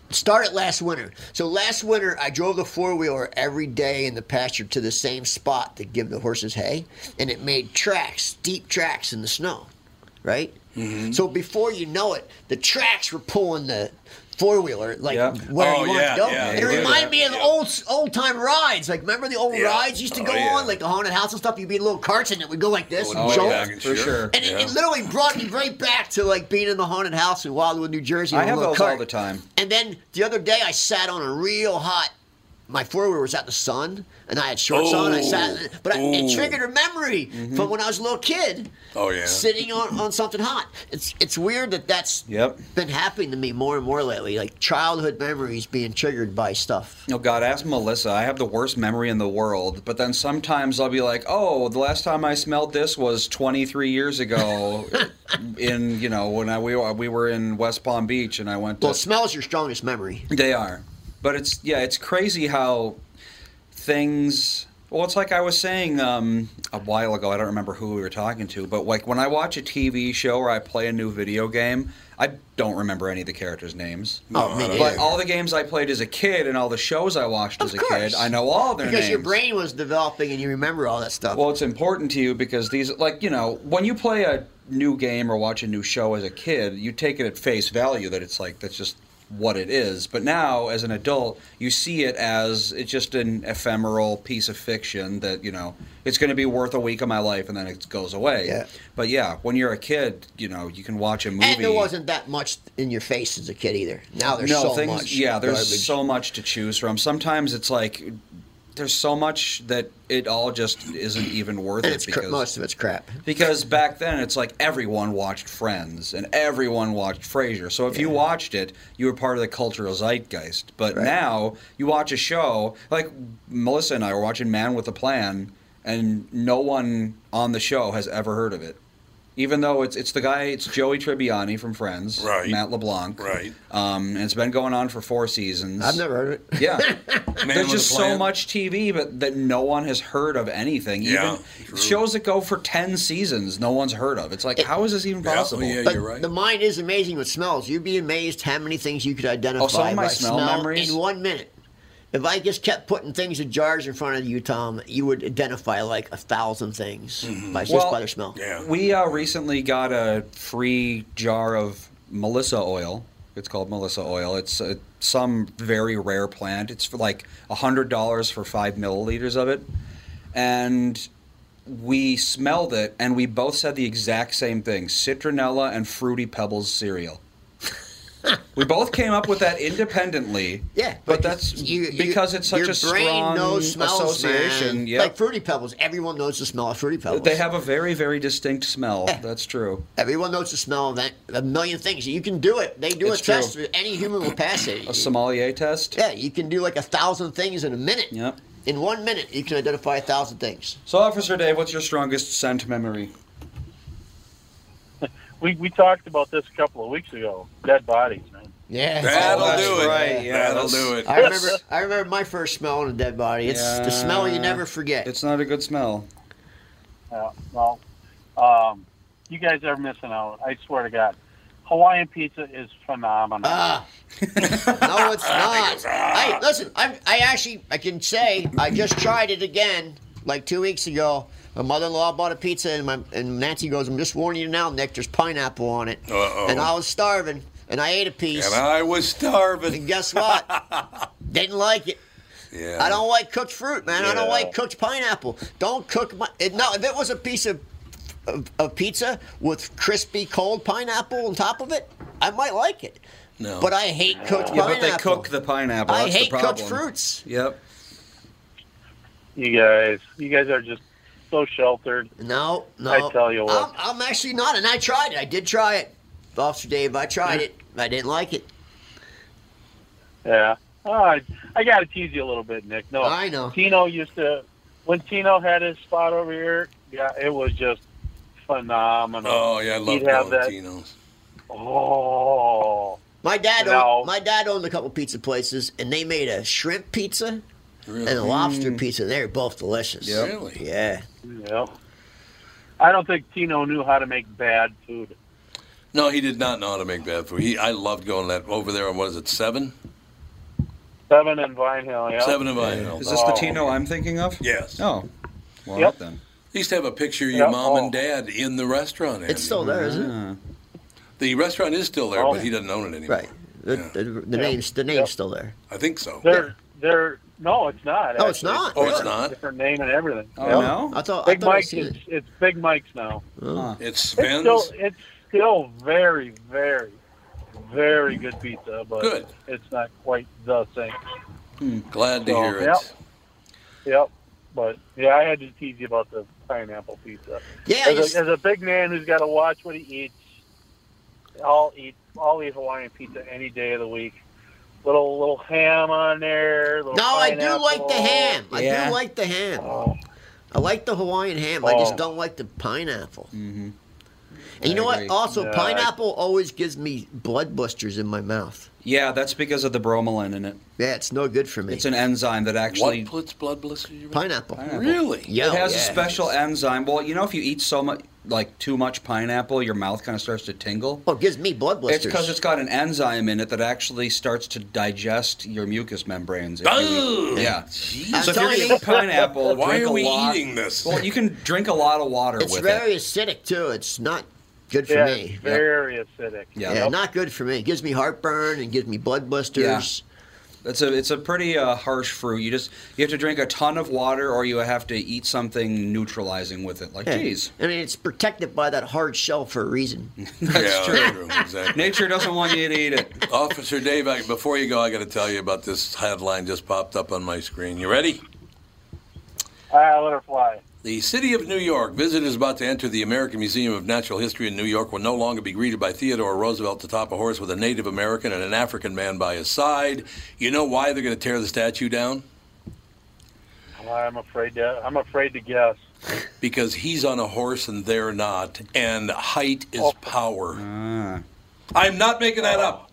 Speaker 2: started last winter. So last winter I drove the four wheeler every day in the pasture to the same spot to give the horses hay, and it made tracks, deep tracks in the snow, right?
Speaker 1: Mm-hmm.
Speaker 2: So before you know it, the tracks were pulling the four wheeler like
Speaker 6: Yeah.
Speaker 2: where
Speaker 1: Oh,
Speaker 2: you want
Speaker 1: yeah,
Speaker 2: to go.
Speaker 1: yeah,
Speaker 2: and it
Speaker 1: yeah,
Speaker 2: reminded me of
Speaker 1: yeah.
Speaker 2: old old time rides. Like remember the old
Speaker 1: Yeah.
Speaker 2: rides used to
Speaker 1: Oh,
Speaker 2: go
Speaker 1: yeah.
Speaker 2: on like the haunted house and stuff. You'd be in little carts and it would go like this.
Speaker 1: Oh,
Speaker 2: and jolt.
Speaker 1: yeah,
Speaker 6: for sure.
Speaker 2: And it, it literally brought me right back to like being in the haunted house in Wildwood, New Jersey. in
Speaker 6: I
Speaker 2: a
Speaker 6: have
Speaker 2: little
Speaker 6: those
Speaker 2: cart.
Speaker 6: all the time.
Speaker 2: And then the other day, I sat on a real hot. My four wheeler was out in the sun, and I had shorts on. I sat, but I, it
Speaker 1: Oh.
Speaker 2: triggered a memory
Speaker 6: Mm-hmm.
Speaker 2: from when I was a little kid.
Speaker 1: Oh, yeah.
Speaker 2: sitting on, on something hot. It's it's weird that that's
Speaker 6: Yep.
Speaker 2: been happening to me more and more lately. Like childhood memories being triggered by stuff.
Speaker 6: Oh God, ask Melissa. I have the worst memory in the world, but then sometimes I'll be like, "Oh, the last time I smelled this was 23 years ago, in you know when I we were, we were in West Palm Beach and I went to."
Speaker 2: Well, smells your strongest memory.
Speaker 6: They are, but it's yeah, it's crazy how things Well, it's like I was saying um, a while ago. I don't remember who we were talking to, but like when I watch a TV show or I play a new video game, I don't remember any of the characters' names.
Speaker 2: Oh, me
Speaker 6: But
Speaker 2: neither.
Speaker 6: all the games I played as a kid and all the shows I watched as a kid, I know all their
Speaker 2: because
Speaker 6: names.
Speaker 2: your brain was developing and you remember all that stuff.
Speaker 6: Well, it's important to you because these, like, you know, when you play a new game or watch a new show as a kid, you take it at face value that it's like, that's just what it is. But now, as an adult, you see it as it's just an ephemeral piece of fiction that, you know, it's going to be worth a week of my life and then it goes away.
Speaker 2: Yeah.
Speaker 6: But yeah, when you're a kid, you know, you can watch a movie.
Speaker 2: and there wasn't that much in your face as a kid either. Now there's
Speaker 6: no
Speaker 2: so
Speaker 6: things.
Speaker 2: much.
Speaker 6: Yeah, there's
Speaker 2: garbage.
Speaker 6: so much to choose from. Sometimes it's like there's so much that it all just isn't even worth
Speaker 2: and
Speaker 6: it
Speaker 2: it's cra-
Speaker 6: because
Speaker 2: most of it's crap.
Speaker 6: because back then it's like everyone watched Friends and everyone watched Frasier. So if you watched it, you were part of the cultural zeitgeist. But now you watch a show like Melissa and I were watching Man with a Plan, and no one on the show has ever heard of it. Even though it's it's the guy, it's Joey Tribbiani from Friends,
Speaker 1: Right.
Speaker 6: Matt LeBlanc,
Speaker 1: Right.
Speaker 6: Um, and it's been going on for four seasons.
Speaker 2: I've never heard of it.
Speaker 6: Yeah. There's
Speaker 1: with
Speaker 6: just
Speaker 1: a
Speaker 6: so
Speaker 1: plan.
Speaker 6: much TV, but that no one has heard of anything.
Speaker 1: Yeah,
Speaker 6: even
Speaker 1: true.
Speaker 6: shows that go for ten seasons, no one's heard of. It's like, how is this even
Speaker 1: Yeah,
Speaker 6: possible?
Speaker 1: yeah,
Speaker 2: But
Speaker 1: you're right.
Speaker 2: the mind is amazing with smells. You'd be amazed how many things you could identify
Speaker 6: Oh, some of my
Speaker 2: by
Speaker 6: smell memories-
Speaker 2: in one minute. If I just kept putting things in jars in front of you, Tom, you would identify like a thousand things
Speaker 6: Mm-hmm.
Speaker 2: by just by their smell.
Speaker 1: yeah.
Speaker 6: We uh, recently got a free jar of Melissa oil. It's called Melissa oil. It's uh, some very rare plant. It's for like hundred dollars for five milliliters of it, and we smelled it, and we both said the exact same thing: citronella and fruity pebbles cereal. we both came up with that independently.
Speaker 2: Yeah,
Speaker 6: but, that's because it's such
Speaker 2: your
Speaker 6: a
Speaker 2: brain
Speaker 6: strong
Speaker 2: knows smells,
Speaker 6: association.
Speaker 2: Man.
Speaker 6: Yep.
Speaker 2: Like fruity pebbles, everyone knows the smell of fruity pebbles.
Speaker 6: They have a very, very distinct smell. That's true.
Speaker 2: everyone knows the smell of that a million things. You can do it. They do
Speaker 6: It's
Speaker 2: a test.
Speaker 6: true.
Speaker 2: Any human will pass it.
Speaker 6: A sommelier test.
Speaker 2: yeah, you can do like a thousand things in a minute.
Speaker 6: Yep.
Speaker 2: In one minute, you can identify a thousand things.
Speaker 6: So, Officer Dave, what's your strongest scent memory?
Speaker 7: We, we talked about this a couple of weeks ago. Dead bodies, man.
Speaker 2: Yeah.
Speaker 1: That'll
Speaker 6: that's
Speaker 1: do it.
Speaker 6: right, yeah,
Speaker 1: That'll
Speaker 6: that's-
Speaker 1: do it.
Speaker 2: I remember. I remember my first smell in a dead body. It's the smell you
Speaker 6: Yeah.
Speaker 2: never forget.
Speaker 6: It's not a good smell.
Speaker 7: Yeah, well, um, you guys are missing out. I swear to God. Hawaiian pizza is phenomenal.
Speaker 2: ah. no, it's not. I listen. I I actually I can say I just tried it again like two weeks ago. My mother-in-law bought a pizza, and my and Nancy goes, "I'm just warning you now, Nick. There's pineapple on it."
Speaker 1: Uh-oh.
Speaker 2: And I was starving, and I ate a piece.
Speaker 1: and I was starving.
Speaker 2: and guess what? Didn't like it.
Speaker 1: Yeah.
Speaker 2: I don't like cooked fruit, man. I don't
Speaker 7: Yeah.
Speaker 2: like cooked pineapple. Don't cook my. It, no, if it was a piece of, of of pizza with crispy cold pineapple on top of it, I might like it.
Speaker 1: No.
Speaker 2: But I hate cooked
Speaker 6: Yeah, but
Speaker 2: pineapple.
Speaker 6: they cook the pineapple.
Speaker 2: I
Speaker 6: That's
Speaker 2: hate
Speaker 6: the
Speaker 2: cooked
Speaker 6: problem.
Speaker 2: fruits.
Speaker 6: Yep.
Speaker 7: You guys, you guys are just so sheltered.
Speaker 2: No, no.
Speaker 7: I tell you what.
Speaker 2: I'm, I'm actually not, and I tried it. I did try it, Officer Dave. I tried it. I didn't like it.
Speaker 7: Yeah. Oh, I, I got to tease you a little bit, Nick. No,
Speaker 2: I know.
Speaker 7: Tino used to when Tino had his spot over here. Yeah, it was just phenomenal.
Speaker 1: Oh yeah, I love
Speaker 7: He'd have that.
Speaker 1: Valentino's.
Speaker 7: Oh,
Speaker 2: My dad,
Speaker 7: No.
Speaker 2: owned, my dad owned a couple pizza places, and they made a shrimp pizza and a
Speaker 1: Really?
Speaker 2: lobster
Speaker 6: Mm.
Speaker 2: pizza. They were both delicious.
Speaker 1: Really?
Speaker 2: Yeah.
Speaker 7: yeah. I don't think Tino knew how to make bad food.
Speaker 1: No, he did not know how to make bad food. He, I loved going that over there. on What is it? Seven,
Speaker 7: Seven and Vine Hill. Yeah. Oh.
Speaker 1: seven of I.
Speaker 6: Is this the Tino I'm thinking of?
Speaker 1: Yes.
Speaker 6: Oh. Well,
Speaker 7: Yep.
Speaker 6: then.
Speaker 1: They used to have a picture of your
Speaker 7: Yeah,
Speaker 1: mom
Speaker 7: oh.
Speaker 1: and dad in the restaurant. Andy.
Speaker 2: It's still there, isn't it?
Speaker 6: Ah.
Speaker 1: the restaurant is still there,
Speaker 7: Oh.
Speaker 1: but he doesn't own it anymore.
Speaker 2: Right. The, the, the name's the name's still there.
Speaker 1: I think so.
Speaker 7: They're they're no, it's not.
Speaker 2: Oh, it's
Speaker 7: actually.
Speaker 2: not?
Speaker 1: Oh, it's
Speaker 2: Really?
Speaker 1: not.
Speaker 7: Different name and everything.
Speaker 6: Oh,
Speaker 7: Yeah.
Speaker 6: no? Ah.
Speaker 2: I thought
Speaker 7: Big
Speaker 2: I thought I
Speaker 7: Mike's.
Speaker 2: seen
Speaker 7: It's,
Speaker 2: it.
Speaker 7: it's Big Mike's now.
Speaker 1: It's
Speaker 7: It's
Speaker 1: Sven's.
Speaker 7: still it's still very very very good pizza, but
Speaker 1: Good.
Speaker 7: it's not quite the same.
Speaker 1: Glad to
Speaker 7: So,
Speaker 1: hear it.
Speaker 7: yep. Yep. But yeah, I had to tease you about the pineapple pizza.
Speaker 2: Yeah, I
Speaker 7: as,
Speaker 2: just-
Speaker 7: a, as a big man who's got to watch what he eats, I'll eat I'll eat Hawaiian pizza any day of the week. Little little ham on there. Little
Speaker 2: no, I do
Speaker 7: pineapple.
Speaker 2: like the ham. I
Speaker 6: Yeah.
Speaker 2: do like the ham.
Speaker 7: Oh,
Speaker 2: I like the Hawaiian ham. I just
Speaker 7: Oh.
Speaker 2: don't like the pineapple. And you know what?
Speaker 6: Mm-hmm. agree.
Speaker 2: Also,
Speaker 7: No, I-
Speaker 2: pineapple always gives me blood blisters in my mouth.
Speaker 6: Yeah, that's because of the bromelain in it.
Speaker 2: Yeah, it's no good for me.
Speaker 6: It's an enzyme that actually
Speaker 1: What puts blood blisters? in your mouth?
Speaker 2: pineapple.
Speaker 1: Really?
Speaker 2: Yeah,
Speaker 6: it has
Speaker 2: yeah.
Speaker 6: a special enzyme. Well, you know, if you eat so much, like too much pineapple, your mouth kind of starts to tingle.
Speaker 2: Oh, it gives me blood blisters.
Speaker 6: It's because it's got an enzyme in it that actually starts to digest your mucus membranes. If you
Speaker 1: Oh,
Speaker 6: eat- yeah.
Speaker 1: jeez.
Speaker 6: So if you're
Speaker 2: telling
Speaker 6: eating
Speaker 2: you.
Speaker 6: pineapple,
Speaker 1: Why
Speaker 6: drink
Speaker 1: are
Speaker 6: a
Speaker 1: we
Speaker 6: lot-
Speaker 1: eating this?
Speaker 6: Well, you can drink a lot of water
Speaker 2: It's
Speaker 6: with
Speaker 2: very
Speaker 6: it.
Speaker 2: acidic too. It's not good for
Speaker 7: Yeah, it's
Speaker 2: me.
Speaker 7: very acidic.
Speaker 6: Yeah.
Speaker 2: Yeah, not good for me. It gives me heartburn and gives me blood blisters.
Speaker 6: It's a it's a pretty uh, harsh fruit. You just you have to drink a ton of water, or you have to eat something neutralizing with it, like
Speaker 2: Yeah.
Speaker 6: cheese.
Speaker 2: I mean, it's protected by that hard shell for a reason.
Speaker 6: That's
Speaker 1: yeah,
Speaker 6: true.
Speaker 1: Exactly.
Speaker 6: Nature doesn't want you to eat it.
Speaker 1: Officer Dave, I, before you go, I got to tell you about this headline just popped up on my screen. You ready?
Speaker 7: Ah, let her fly.
Speaker 1: The city of New York visitors about to enter the American Museum of Natural History in New York will no longer be greeted by Theodore Roosevelt atop a horse with a Native American and an African man by his side. You know why they're going to tear the statue down?
Speaker 7: I'm afraid to. I'm afraid to guess.
Speaker 1: Because he's on a horse and they're not, and height is
Speaker 7: Oh.
Speaker 1: power. I'm not making that up.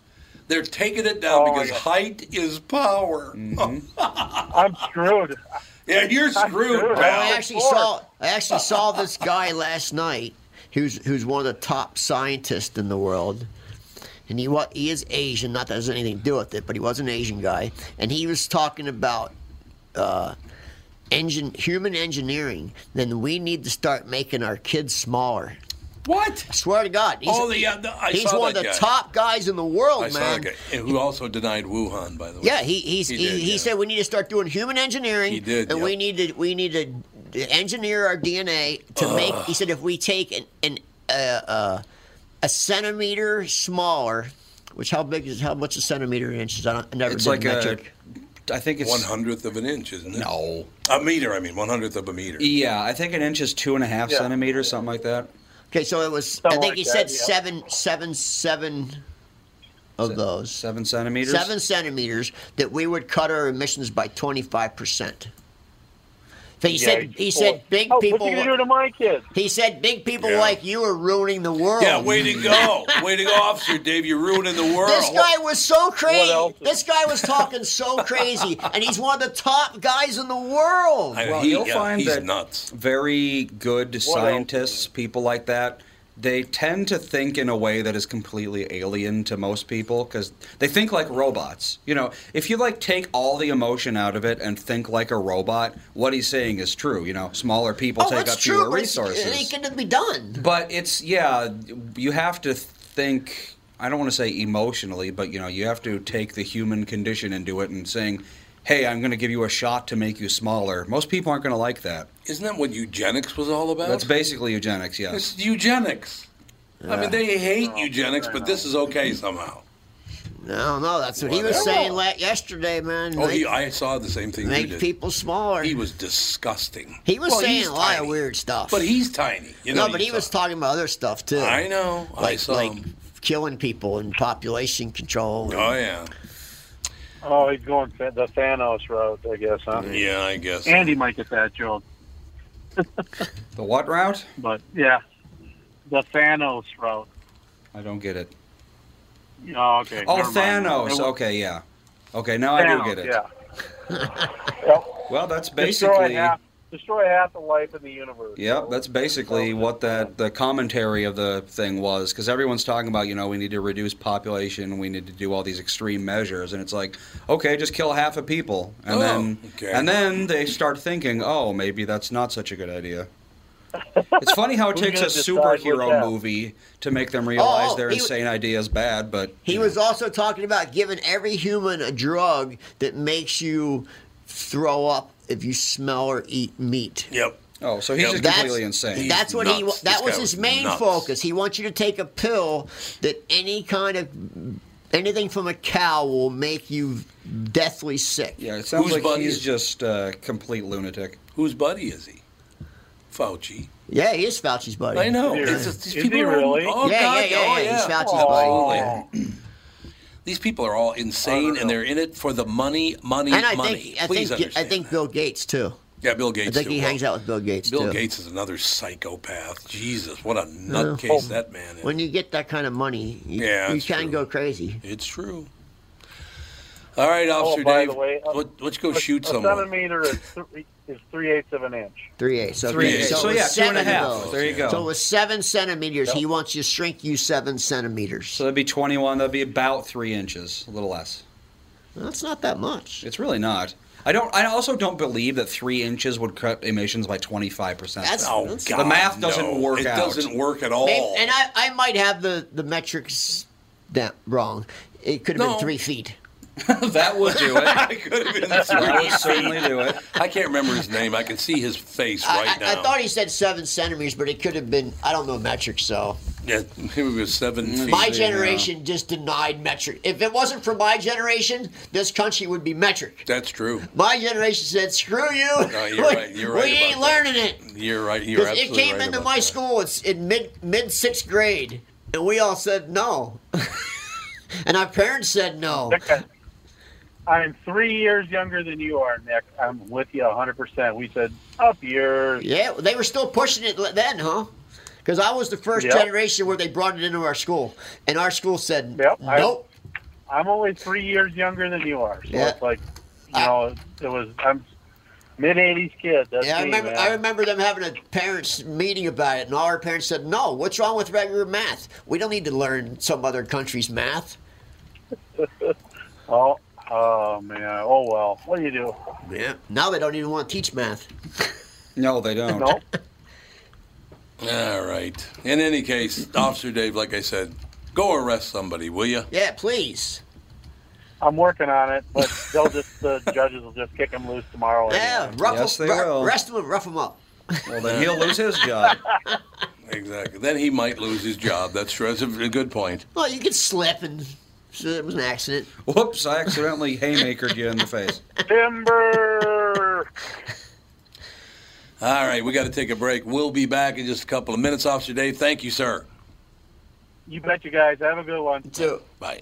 Speaker 1: They're taking it down
Speaker 7: Oh,
Speaker 1: because
Speaker 7: yeah.
Speaker 1: height is power.
Speaker 7: I'm screwed.
Speaker 1: Yeah, you're screwed,
Speaker 7: screwed.
Speaker 1: pal.
Speaker 2: Oh, I actually
Speaker 7: Lord.
Speaker 2: saw I actually saw this guy last night, who's who's one of the top scientists in the world, and he wa- he is Asian. Not that has anything to do with it, but he was an Asian guy, and he was talking about. Uh, Engine, human engineering, then we need to start making our kids smaller.
Speaker 1: What?
Speaker 2: I swear to God, he's,
Speaker 1: Oh, the, uh, the- I
Speaker 2: he's
Speaker 1: saw
Speaker 2: one of
Speaker 1: that
Speaker 2: the
Speaker 1: guy.
Speaker 2: top guys in the world,
Speaker 1: I
Speaker 2: Oh, man.
Speaker 1: saw that guy, and eh, who also denied Wuhan, by the way.
Speaker 2: Yeah, he he's, he,
Speaker 1: He did,
Speaker 2: he
Speaker 1: yeah.
Speaker 2: said we need to start doing human engineering.
Speaker 1: He did,
Speaker 2: and
Speaker 1: yeah.
Speaker 2: we need to we need to engineer our DNA to make. He said if we take an, an uh, uh, a centimeter smaller, which how big is how much a centimeter in inches? I, don't, I never
Speaker 6: It's
Speaker 2: did
Speaker 6: like a,
Speaker 2: metric.
Speaker 6: I think it's
Speaker 1: one hundredth of an inch, isn't it?
Speaker 6: No.
Speaker 1: a meter. I mean, one hundredth of a meter.
Speaker 6: Yeah, I think an inch is two and a half
Speaker 7: Yeah.
Speaker 6: centimeters, something like that.
Speaker 2: okay, so it was. I
Speaker 7: Something
Speaker 2: think
Speaker 7: like
Speaker 2: he said
Speaker 7: that, yeah.
Speaker 2: seven seven seven of those
Speaker 6: Seven centimeters.
Speaker 2: seven centimeters that we would cut our emissions by twenty five percent. He said he said big
Speaker 7: oh,
Speaker 2: people.
Speaker 7: What you
Speaker 2: wa-
Speaker 7: gonna do to my kids?
Speaker 2: He said, "Big people
Speaker 1: Yeah.
Speaker 2: like you are ruining the world."
Speaker 1: Yeah, way to go, way to go, Officer Dave. You're ruining the world.
Speaker 2: Oh. This guy was so crazy.
Speaker 7: else?
Speaker 2: This guy was talking so crazy, and he's one of the top guys in the world.
Speaker 1: I know,
Speaker 6: Well,
Speaker 1: he,
Speaker 6: you'll
Speaker 1: yeah,
Speaker 6: find
Speaker 1: he's
Speaker 6: that
Speaker 1: nuts.
Speaker 6: very good scientists, people like that, they tend to think in a way that is completely alien to most people because they think like robots. You know, if you like take all the emotion out of it and think like a robot, what he's saying is true. You know, smaller people
Speaker 2: oh,
Speaker 6: take
Speaker 2: that's
Speaker 6: up
Speaker 2: true.
Speaker 6: fewer
Speaker 2: But it's,
Speaker 6: resources.
Speaker 2: it ain't gonna be done.
Speaker 6: But it's yeah, you have to think. I don't want to say emotionally, but you know, you have to take the human condition into it and saying, "Hey, I'm going to give you a shot to make you smaller." Most people aren't going to like that.
Speaker 1: Isn't that what eugenics was all about?
Speaker 6: That's basically eugenics, yes.
Speaker 1: It's eugenics. I mean, they hate eugenics, but this is okay somehow.
Speaker 2: No, no, that's what he
Speaker 1: Well,
Speaker 2: was
Speaker 1: no.
Speaker 2: saying la- yesterday, man.
Speaker 1: Oh,
Speaker 2: make
Speaker 1: he, I saw the same thing
Speaker 2: make
Speaker 1: you did.
Speaker 2: people smaller.
Speaker 1: he was disgusting,
Speaker 2: He was
Speaker 1: Well,
Speaker 2: saying
Speaker 1: he's
Speaker 2: a lot
Speaker 1: tiny.
Speaker 2: of weird stuff.
Speaker 1: but he's tiny. You know,
Speaker 2: no, but
Speaker 1: you
Speaker 2: he was
Speaker 1: saw.
Speaker 2: talking about other stuff too.
Speaker 1: I know. I
Speaker 2: like
Speaker 1: saw
Speaker 2: like
Speaker 1: him.
Speaker 2: killing people and population control.
Speaker 1: Oh yeah,
Speaker 7: Oh, he's going fa- the Thanos route, I guess, huh?
Speaker 1: yeah. I guess.
Speaker 7: Andy might get that joke,
Speaker 6: The what route?
Speaker 7: but yeah, the Thanos route.
Speaker 6: I don't get it.
Speaker 7: Oh, okay.
Speaker 6: Oh,
Speaker 7: never mind. It
Speaker 6: Thanos.
Speaker 7: was
Speaker 6: Okay, yeah. Okay, now
Speaker 7: Thanos,
Speaker 6: I do get it.
Speaker 7: Yeah. Yep.
Speaker 6: Well, that's
Speaker 7: Destroy
Speaker 6: basically
Speaker 7: half, destroy half the life in the universe.
Speaker 6: Yep, that's basically what that the commentary of the thing was because everyone's talking about you know we need to reduce population, we need to do all these extreme measures, and it's like okay, just kill half of people, and
Speaker 1: Oh,
Speaker 6: then
Speaker 1: okay.
Speaker 6: and then they start thinking, oh, maybe that's not such a good idea. It's funny how it
Speaker 7: Who's
Speaker 6: takes a
Speaker 7: gonna decide what's
Speaker 6: superhero
Speaker 7: that?
Speaker 6: movie to make them realize
Speaker 2: oh,
Speaker 6: their
Speaker 2: he-
Speaker 6: insane idea is bad, but
Speaker 2: He
Speaker 6: you
Speaker 2: was
Speaker 6: know.
Speaker 2: also talking about giving every human a drug that makes you throw up if you smell or eat meat.
Speaker 1: Yep.
Speaker 6: oh, so he's
Speaker 1: Yeah,
Speaker 6: just
Speaker 2: That's,
Speaker 6: completely insane.
Speaker 2: that's what he.
Speaker 1: nuts. This
Speaker 2: That
Speaker 1: guy
Speaker 2: was
Speaker 1: was
Speaker 2: his main
Speaker 1: nuts.
Speaker 2: focus. He wants you to take a pill that any kind of anything from a cow will make you deathly sick.
Speaker 6: yeah, it sounds
Speaker 1: Whose
Speaker 6: like
Speaker 1: buddy
Speaker 6: he's
Speaker 1: is-
Speaker 6: just a complete lunatic.
Speaker 1: Whose buddy is he? Fauci.
Speaker 2: yeah, he is Fauci's buddy.
Speaker 1: I know.
Speaker 7: Is he
Speaker 1: It's just, these
Speaker 7: really?
Speaker 1: people
Speaker 7: Is he
Speaker 1: are
Speaker 7: really?
Speaker 1: Oh
Speaker 2: Yeah,
Speaker 1: God!
Speaker 2: yeah, yeah,
Speaker 1: oh
Speaker 2: yeah, he's Fauci's
Speaker 1: Absolutely.
Speaker 7: buddy.
Speaker 1: These people are all insane, and they're in it for the money, money,
Speaker 2: And I
Speaker 1: money.
Speaker 2: think I
Speaker 1: Please
Speaker 2: think I
Speaker 1: understand
Speaker 2: think
Speaker 1: that.
Speaker 2: Bill Gates too.
Speaker 8: Yeah, Bill
Speaker 2: I
Speaker 8: Gates.
Speaker 2: think
Speaker 8: too.
Speaker 2: he
Speaker 8: Well,
Speaker 2: hangs out with Bill Gates
Speaker 8: Bill
Speaker 2: too.
Speaker 8: Gates is another psychopath. Jesus, what a
Speaker 7: Oh,
Speaker 8: nutcase that man is.
Speaker 2: When you get that kind of money, you,
Speaker 8: Yeah,
Speaker 2: you
Speaker 8: it's
Speaker 2: can
Speaker 8: true.
Speaker 2: go crazy.
Speaker 8: it's true. All right, Officer
Speaker 7: Oh, by
Speaker 8: Dave.
Speaker 7: the way, uh,
Speaker 8: let, let's go
Speaker 7: a,
Speaker 8: shoot
Speaker 7: a
Speaker 8: someone.
Speaker 7: centimeter is, th- is three eighths of an inch.
Speaker 2: Three eighths. So, it
Speaker 6: Three
Speaker 2: was-
Speaker 6: eighths.
Speaker 2: so,
Speaker 6: So
Speaker 2: it was
Speaker 6: yeah, two and a
Speaker 2: seven of
Speaker 6: half.
Speaker 2: those.
Speaker 6: There you go.
Speaker 2: So it was seven centimeters. He
Speaker 7: Yep.
Speaker 2: wants you to shrink you seven centimeters.
Speaker 6: So that'd be 21. That'd be about three inches, a little less.
Speaker 2: That's not that much.
Speaker 6: It's really not. I don't. I also don't believe that three inches would cut emissions by 25 percent.
Speaker 2: That's-
Speaker 8: Oh
Speaker 2: The
Speaker 8: God,
Speaker 6: math doesn't
Speaker 8: no.
Speaker 6: work
Speaker 8: It
Speaker 6: out.
Speaker 8: doesn't work at all.
Speaker 2: Maybe- and I, I might have the, the metrics down, wrong. It could have
Speaker 8: No.
Speaker 2: been three feet.
Speaker 6: that would do
Speaker 8: I
Speaker 6: it.
Speaker 8: could have been
Speaker 6: that would
Speaker 8: the
Speaker 6: certainly do it.
Speaker 8: I can't remember his name. I can see his face
Speaker 2: I-
Speaker 8: right
Speaker 2: I, I,
Speaker 8: now.
Speaker 2: thought he said seven centimeters, but it could have been, I don't know metrics, so.
Speaker 8: yeah, he was seven feet.
Speaker 2: My generation just denied metric. If it wasn't for my generation, this country would be metric.
Speaker 8: That's true.
Speaker 2: My generation said, screw you.
Speaker 8: No, you're
Speaker 2: we
Speaker 8: right. You're
Speaker 2: we
Speaker 8: right
Speaker 2: ain't
Speaker 8: about that.
Speaker 2: learning it.
Speaker 8: You're right. You're
Speaker 2: 'Cause it
Speaker 8: absolutely
Speaker 2: came
Speaker 8: right
Speaker 2: into
Speaker 8: about
Speaker 2: my
Speaker 8: that.
Speaker 2: school it's in mid mid sixth grade, and we all said no. and our parents said no.
Speaker 7: I'm three years younger than you are, Nick. I'm with you 100%. We said up yours.
Speaker 2: Yeah, they were still pushing it le- then, huh? Because I was the first
Speaker 7: Yep.
Speaker 2: generation where they brought it into our school, and our school said
Speaker 7: Yep, I-
Speaker 2: nope.
Speaker 7: I'm only three years younger than you are. So
Speaker 2: Yeah.
Speaker 7: it's like, you
Speaker 2: I-
Speaker 7: know, it was, I'm mid 80s kid. That's
Speaker 2: yeah, I
Speaker 7: me,
Speaker 2: remember.
Speaker 7: man.
Speaker 2: I remember them having a parents meeting about it, and all our parents said, "No, what's wrong with regular math? We don't need to learn some other country's math."
Speaker 7: Oh, oh, man. Oh, well. What do you do?
Speaker 2: Yeah. Now they don't even want to teach math.
Speaker 6: No, they don't.
Speaker 7: No.
Speaker 8: All right. In any case, Officer Dave, like I said, go arrest somebody, will you?
Speaker 2: Yeah, please.
Speaker 7: I'm working on it, but they'll just the judges will just kick him loose tomorrow.
Speaker 2: Yeah,
Speaker 7: anyway.
Speaker 2: rough
Speaker 6: Yes, they
Speaker 2: ru-
Speaker 6: will.
Speaker 2: Rest them, rough them up.
Speaker 6: Well, then he'll lose his job.
Speaker 8: Exactly. Then he might lose his job. That's true. That's a a good point.
Speaker 2: Well, you could slip and so it was an accident.
Speaker 6: Whoops! I accidentally haymakered you in the face.
Speaker 7: Timber.
Speaker 8: All right, we got to take a break. We'll be back in just a couple of minutes, Officer Dave. Thank you, sir.
Speaker 7: You bet you guys. Have a good one.
Speaker 2: So
Speaker 8: Bye.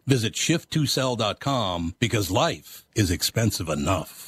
Speaker 1: Visit shift2sell.com because life is expensive enough.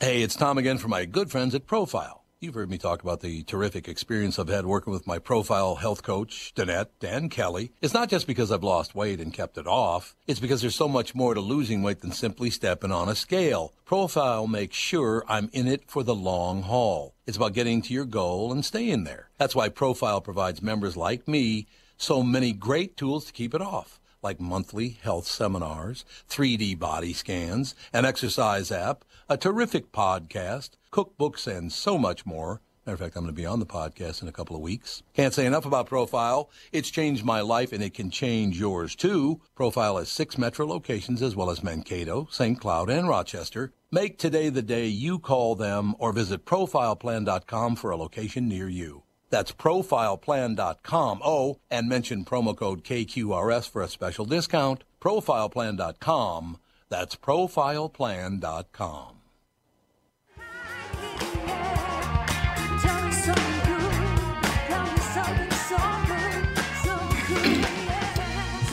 Speaker 1: Hey, it's Tom again for my good friends at Profile. You've heard me talk about the terrific experience I've had working with my Profile health coach, Danette and Kelly. It's not just because I've lost weight and kept it off. It's because there's so much more to losing weight than simply stepping on a scale. Profile makes sure I'm in it for the long haul. It's about getting to your goal and staying there. That's why Profile provides members like me so many great tools to keep it off like monthly health seminars, 3D body scans, an exercise app, a terrific podcast, cookbooks, and so much more. Matter of fact, I'm going to be on the podcast in a couple of weeks. Can't say enough about Profile. It's changed my life and it can change yours too. Profile has six metro locations as well as Mankato, St. Cloud, and Rochester. Make today the day you call them or visit profileplan.com for a location near you. That's profileplan.com. Oh, and mention promo code KQRS for a special discount. Profileplan.com. That's profileplan.com.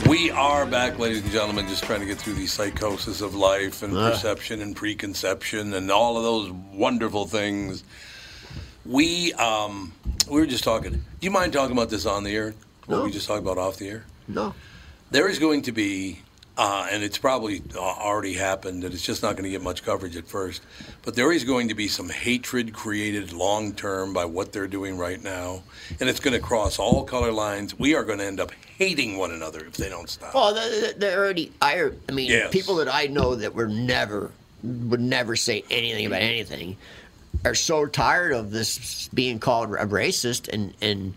Speaker 8: We are back, ladies and gentlemen, just trying to get through the psychosis of life and perception and preconception and all of those wonderful things. We um, we were just talking. Do you mind talking about this on the air? What we just talked about off the air?
Speaker 2: no,
Speaker 8: There is going to be
Speaker 1: Uh, and it's probably uh, already happened that it's just not going to get much coverage at first. But there is going to be some hatred created long term by what they're doing right now. And it's going to cross all color lines. We are going to end up hating one another if they don't stop.
Speaker 2: Well, they're, oh, they're already. I, I mean,
Speaker 1: Yes.
Speaker 2: people that I know that were never would never say anything about
Speaker 1: Mm-hmm.
Speaker 2: anything are so tired of this being called a racist and and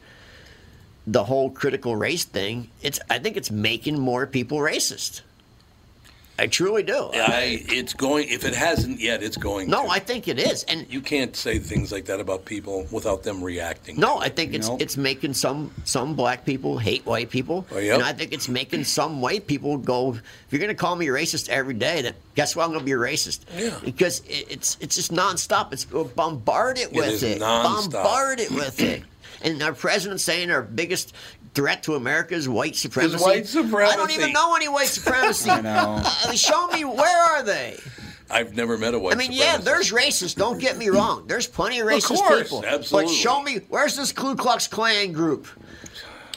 Speaker 2: the whole critical race thing. It's I think it's making more people racist. I truly do.
Speaker 1: I, it's going, if it hasn't yet, it's going
Speaker 2: no,
Speaker 1: to.
Speaker 2: I think it is, and
Speaker 1: You can't say things like that about people without them reacting.
Speaker 2: No, I think it's
Speaker 1: Nope.
Speaker 2: it's making some some black people hate white people,
Speaker 1: Oh, yep.
Speaker 2: and I think it's making some white people go. If you're going to call me a racist every day, then guess what? I'm going to be a racist.
Speaker 1: Yeah.
Speaker 2: Because it, it's it's just nonstop. It's bombard it
Speaker 1: It
Speaker 2: with
Speaker 1: is
Speaker 2: it,
Speaker 1: nonstop.
Speaker 2: bombard it with it, and our president's saying our biggest threat to America is white supremacy.
Speaker 1: white
Speaker 2: I don't
Speaker 1: supremacy.
Speaker 2: even know any white supremacy.
Speaker 1: I know.
Speaker 2: Uh, show me where are they?
Speaker 1: I've never met a white
Speaker 2: I mean, yeah,
Speaker 1: supremacist.
Speaker 2: there's racists. Don't get me wrong. There's plenty of
Speaker 1: Of
Speaker 2: racist
Speaker 1: course,
Speaker 2: people.
Speaker 1: absolutely.
Speaker 2: But show me where's this Ku Klux Klan group?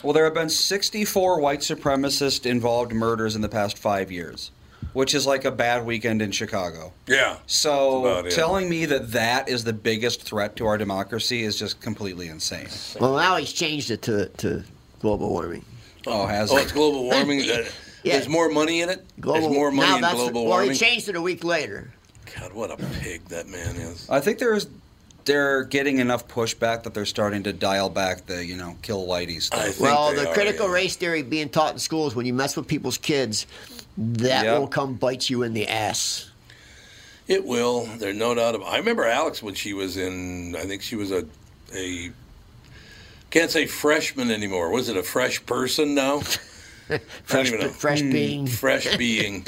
Speaker 6: Well, there have been 64 white supremacist involved murders in the past five years, which is like a bad weekend in Chicago.
Speaker 1: Yeah.
Speaker 6: So
Speaker 1: about it.
Speaker 6: telling me that that is the biggest threat to our democracy is just completely insane.
Speaker 2: Well, now he's changed it to, to global warming.
Speaker 6: Oh, has
Speaker 1: Oh,
Speaker 6: it?
Speaker 1: it's global warming. Uh,
Speaker 2: Yeah.
Speaker 1: There's more money in it.
Speaker 2: Global
Speaker 1: there's more money
Speaker 2: now
Speaker 1: in
Speaker 2: that's
Speaker 1: global
Speaker 2: well,
Speaker 1: warming.
Speaker 2: he changed it a week later.
Speaker 1: God, what a pig that man is.
Speaker 6: I think there's they're getting enough pushback that they're starting to dial back the you know kill whitey stuff.
Speaker 2: Well, the critical race theory being taught in schools when you mess with people's kids, that
Speaker 6: Yep.
Speaker 2: will come bite you in the ass.
Speaker 1: It will. There's no doubt about. I remember Alex when she was in. I think she was a a can't say freshman anymore. Was it a fresh person now?
Speaker 2: Fresh, fresh
Speaker 1: Hmm.
Speaker 2: being.
Speaker 1: Fresh being.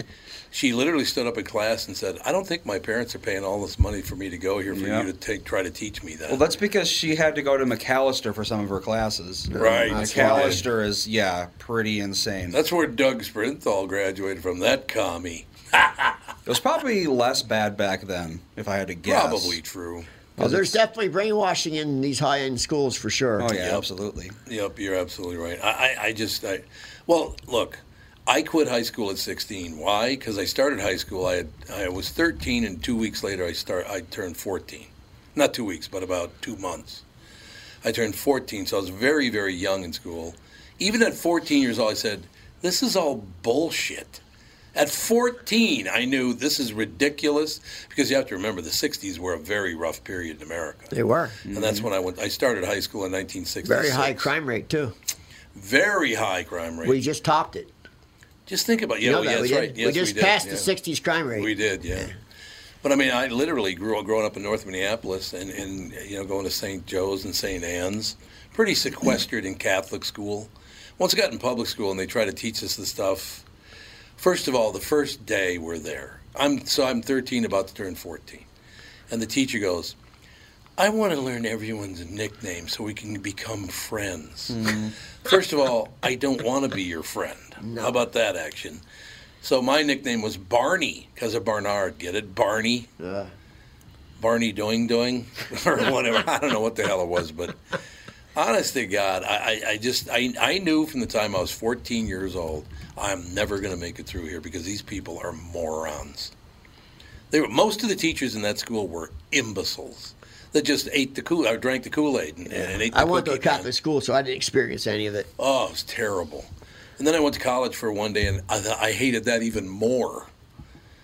Speaker 1: She literally stood up in class and said, "I don't think my parents are paying all this money for me to go here for
Speaker 6: Yeah.
Speaker 1: you to take try to teach me that."
Speaker 6: Well, that's because she had to go to McAllister for some of her classes.
Speaker 1: Right. That's
Speaker 6: McAllister is yeah, pretty insane.
Speaker 1: that's where Doug Sprinthal graduated from. That commie.
Speaker 6: It was probably less bad back then, if I had to guess.
Speaker 1: Probably true.
Speaker 2: Well, there's definitely brainwashing in these high end schools for sure.
Speaker 6: Oh yeah, absolutely.
Speaker 1: Yep, you're absolutely right. I, I, I just, I, well, look, I quit high school at 16. Why? Because I started high school. I had, I was 13, and two weeks later, I start, I turned 14. Not two weeks, but about two months. I turned 14, so I was very, very young in school. Even at 14 years old, I said, "This is all bullshit." At 14, I knew this is ridiculous because you have to remember the 60s were a very rough period in America.
Speaker 2: They were.
Speaker 1: And that's when I went. I started high school in 1966.
Speaker 2: Mm-hmm. Very high crime rate, too.
Speaker 1: Very high crime rate.
Speaker 2: We just topped it.
Speaker 1: just think about
Speaker 2: You
Speaker 1: yeah,
Speaker 2: know
Speaker 1: well,
Speaker 2: that, we
Speaker 1: yeah, that's
Speaker 2: did.
Speaker 1: right. Yes,
Speaker 2: we just
Speaker 1: did.
Speaker 2: passed
Speaker 1: yeah.
Speaker 2: the 60s crime rate.
Speaker 1: We did, yeah. But I mean, I literally grew growing up in North Minneapolis and, and you know going to St. Joe's and St. Anne's, pretty sequestered in Catholic school. Once I got in public school and they try to teach us the stuff. First of all, the first day we're there, I'm so I'm 13, about to turn 14, and the teacher goes, "I want to learn everyone's nickname so we can become friends." First of all, I don't want to be your friend. How about that action? So my nickname was Barney because of Barnard. Get it, Barney? Barney Doing Doing or whatever. I don't know what the hell it was, but honest to God, I, I, I just I, I knew from the time I was 14 years old, I'm never going to make it through here because these people are morons. They were most of the teachers in that school were imbeciles that just ate the Kool or drank the Kool Aid and, and ate. The
Speaker 2: I went to a
Speaker 1: cookie, man.
Speaker 2: Catholic school, so I didn't experience any of it.
Speaker 1: Oh, it was terrible. And then I went to college for one day, and I, th- I hated that even more.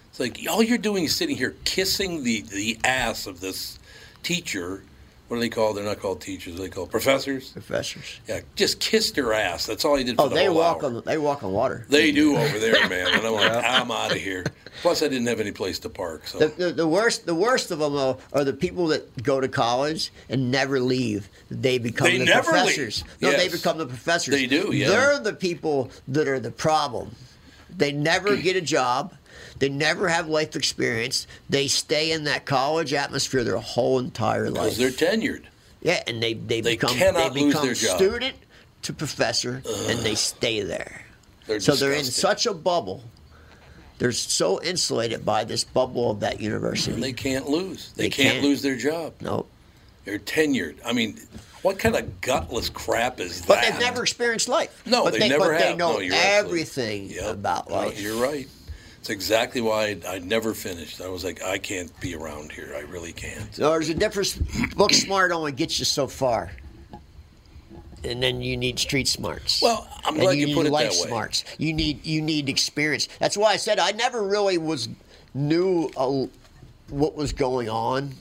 Speaker 1: It's like all you're doing is sitting here kissing the, the ass of this teacher. What are they called? They're not called teachers. What are they called professors.
Speaker 2: Professors.
Speaker 1: Yeah, just kissed her ass. That's all he did. For
Speaker 2: Oh,
Speaker 1: the
Speaker 2: they
Speaker 1: whole
Speaker 2: walk
Speaker 1: hour.
Speaker 2: on they walk on water.
Speaker 1: They do over there, man. And I'm like, I'm out of here. Plus, I didn't have any place to park. So
Speaker 2: The, the, the worst the worst of them though, are the people that go to college and never leave. They become
Speaker 1: They
Speaker 2: the
Speaker 1: never leave.
Speaker 2: professors. No, they
Speaker 1: Yes.
Speaker 2: become the professors.
Speaker 1: They do, yeah.
Speaker 2: They're the people that are the problem. They never get a job. They never have life experience. They stay in that college atmosphere their whole entire life.
Speaker 1: because they're tenured.
Speaker 2: yeah, and they, they,
Speaker 1: They
Speaker 2: become
Speaker 1: cannot
Speaker 2: they
Speaker 1: lose
Speaker 2: become
Speaker 1: their job.
Speaker 2: student to professor and they stay there.
Speaker 1: They're
Speaker 2: so they're in
Speaker 1: disgusting.
Speaker 2: such a bubble. They're so insulated by this bubble of that university.
Speaker 1: They can't lose. They,
Speaker 2: They
Speaker 1: can't,
Speaker 2: can't.
Speaker 1: lose their job.
Speaker 2: nope.
Speaker 1: They're tenured. I mean, what kind of gutless crap is
Speaker 2: But
Speaker 1: that?
Speaker 2: they've never experienced life.
Speaker 1: No,
Speaker 2: but
Speaker 1: they, never
Speaker 2: but
Speaker 1: have.
Speaker 2: They know
Speaker 1: no, you're absolutely-
Speaker 2: everything
Speaker 1: Yep.
Speaker 2: about
Speaker 1: No,
Speaker 2: life.
Speaker 1: you're right. It's exactly why I, I never finished. I was like, I can't be around here. I really can't.
Speaker 2: So there's a difference. Book smart only gets you so far, and then you need street smarts.
Speaker 1: Well, I'm
Speaker 2: And
Speaker 1: glad
Speaker 2: you
Speaker 1: you
Speaker 2: need
Speaker 1: put it
Speaker 2: life
Speaker 1: that way.
Speaker 2: smarts. You need you need experience. That's why I said I never really was knew uh, what was going on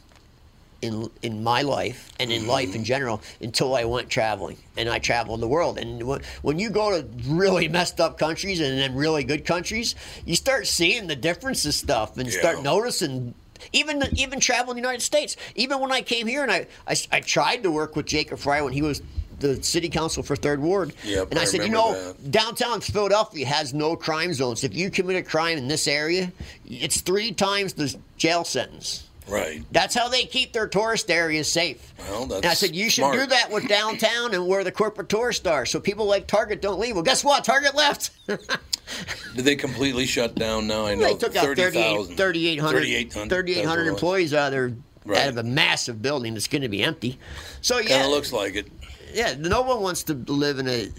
Speaker 2: in in my life and in life in
Speaker 1: Mm-hmm.
Speaker 2: general until I went traveling and I traveled the world. And when, when you go to really messed up countries and then really good countries, you start seeing the differences stuff and
Speaker 1: Yeah.
Speaker 2: start noticing. Even even traveling the United States. Even when I came here and I, I, s- I tried to work with Jacob Fry when he was the city council for Third Ward.
Speaker 1: Yep,
Speaker 2: and I,
Speaker 1: I
Speaker 2: said, you
Speaker 1: remember
Speaker 2: know,
Speaker 1: that.
Speaker 2: downtown Philadelphia has no crime zones. If you commit a crime in this area, it's three times the jail sentence.
Speaker 1: Right.
Speaker 2: That's how they keep their tourist areas safe.
Speaker 1: Well,
Speaker 2: and I
Speaker 1: that's
Speaker 2: said you should
Speaker 1: smart.
Speaker 2: do that with downtown and where the corporate tourists are, so people like Target don't leave. Well, guess what? Target left.
Speaker 1: Did they completely shut down now? I know
Speaker 2: they took out
Speaker 1: 30,000.
Speaker 2: 3,800
Speaker 1: 3,800.
Speaker 2: 3,800 employees out of their
Speaker 1: Right.
Speaker 2: out of a massive building that's going to be empty. So yeah,
Speaker 1: Kind of looks like it.
Speaker 2: yeah, no one wants to live in a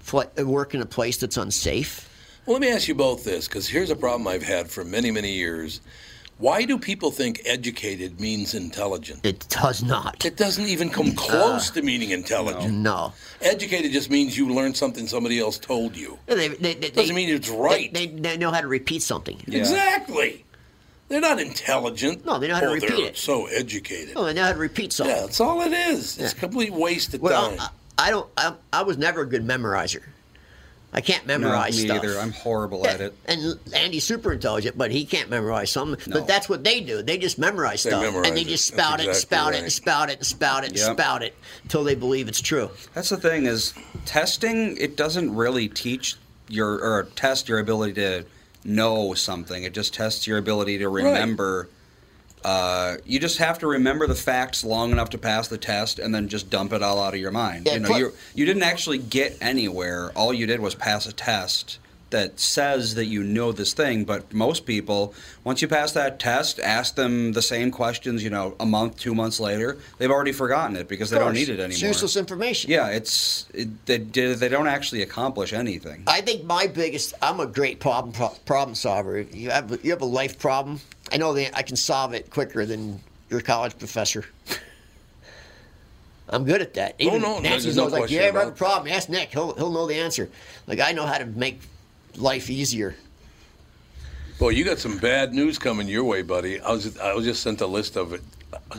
Speaker 2: fl- work in a place that's unsafe.
Speaker 1: Well, let me ask you both this, because here's a problem I've had for many, many years. Why do people think educated means intelligent?
Speaker 2: It does not.
Speaker 1: It doesn't even
Speaker 2: Uh.
Speaker 1: come close to meaning intelligent.
Speaker 2: No.
Speaker 1: Educated just means you learned something somebody else told you.
Speaker 2: They, they, they,
Speaker 1: Doesn't mean it's right.
Speaker 2: They, they know how to repeat something.
Speaker 1: Exactly. They're not intelligent.
Speaker 2: No, they know how to
Speaker 1: oh,
Speaker 2: repeat
Speaker 1: they're
Speaker 2: it. Oh,
Speaker 1: So educated.
Speaker 2: No, they know how to repeat something.
Speaker 1: yeah, that's all it is. It's a complete waste of
Speaker 2: Well, uh,
Speaker 1: time.
Speaker 2: I, I don't. I, I was never a good memorizer. I can't
Speaker 6: No,
Speaker 2: memorize
Speaker 6: me
Speaker 2: stuff.
Speaker 6: either. I'm horrible at it.
Speaker 2: And Andy's super intelligent, but he can't memorize something. But that's what they do. They just memorize
Speaker 1: They
Speaker 2: stuff, and they
Speaker 1: memorize
Speaker 2: just
Speaker 1: it. That's
Speaker 2: spout it, and
Speaker 1: exactly
Speaker 2: spout it,
Speaker 1: right.
Speaker 2: and spout it, and spout it, and
Speaker 6: Yep.
Speaker 2: spout it until they believe it's true.
Speaker 6: That's the thing is testing. It doesn't really teach your or test your ability to know something. It just tests your ability to remember. Uh, you just have to remember the facts long enough to pass the test, and then just dump it all out of your mind.
Speaker 2: Yeah,
Speaker 6: you know,
Speaker 2: plus-
Speaker 6: you you didn't actually get anywhere. All you did was pass a test that says that you know this thing. But most people, once you pass that test, ask them the same questions. You know, a month, two months later, they've already forgotten it because they don't need it anymore.
Speaker 2: It's useless information.
Speaker 6: Yeah, it's it, they did- they don't actually accomplish anything.
Speaker 2: I think my biggest. I'm a great problem pro- problem solver. If You have you have a life problem. I know that I can solve it quicker than your college professor. I'm good at that. Even
Speaker 1: Oh, no,
Speaker 2: Nancy's
Speaker 1: there's no
Speaker 2: always like,
Speaker 1: question
Speaker 2: "You ever have a
Speaker 1: about that."
Speaker 2: problem? Ask Nick. He'll he'll know the answer." Like I know how to make life easier.
Speaker 1: Boy, you got some bad news coming your way, buddy. I was I was just sent a list of uh,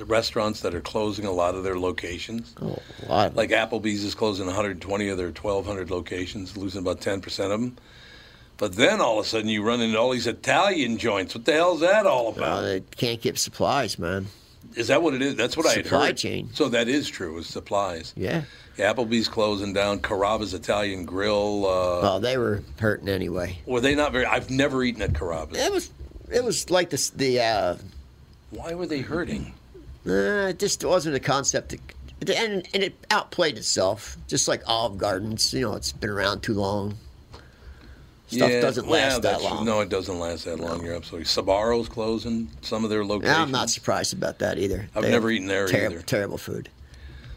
Speaker 1: restaurants that are closing a lot of their locations.
Speaker 2: Oh, a lot of
Speaker 1: Like Applebee's is closing 120 of their 1,200 locations, losing about 10% of them. But then all of a sudden you run into all these Italian joints. What the hell's that all
Speaker 2: Uh,
Speaker 1: about?
Speaker 2: they can't get supplies, man.
Speaker 1: Is that what it is? That's what I had
Speaker 2: Supply
Speaker 1: heard.
Speaker 2: chain.
Speaker 1: So that is true. Is supplies.
Speaker 2: Yeah.
Speaker 1: Applebee's closing down. Carrabba's Italian Grill. Uh,
Speaker 2: Well, they were hurting anyway.
Speaker 1: were they not very? I've never eaten at Carrabba's.
Speaker 2: It was it was like this the uh,
Speaker 1: Why were they hurting?
Speaker 2: Uh, it just wasn't a concept that, and and it outplayed itself, just like Olive Gardens. You know, it's been around too long. Stuff doesn't
Speaker 1: well,
Speaker 2: last that
Speaker 1: that's-
Speaker 2: long.
Speaker 1: No, it doesn't last that long. You're absolutely. Sabaro's closing some of their locations.
Speaker 2: Yeah, I'm not surprised about that either.
Speaker 1: I've
Speaker 2: They
Speaker 1: never
Speaker 2: have
Speaker 1: eaten there
Speaker 2: terrible,
Speaker 1: either.
Speaker 2: Terrible food.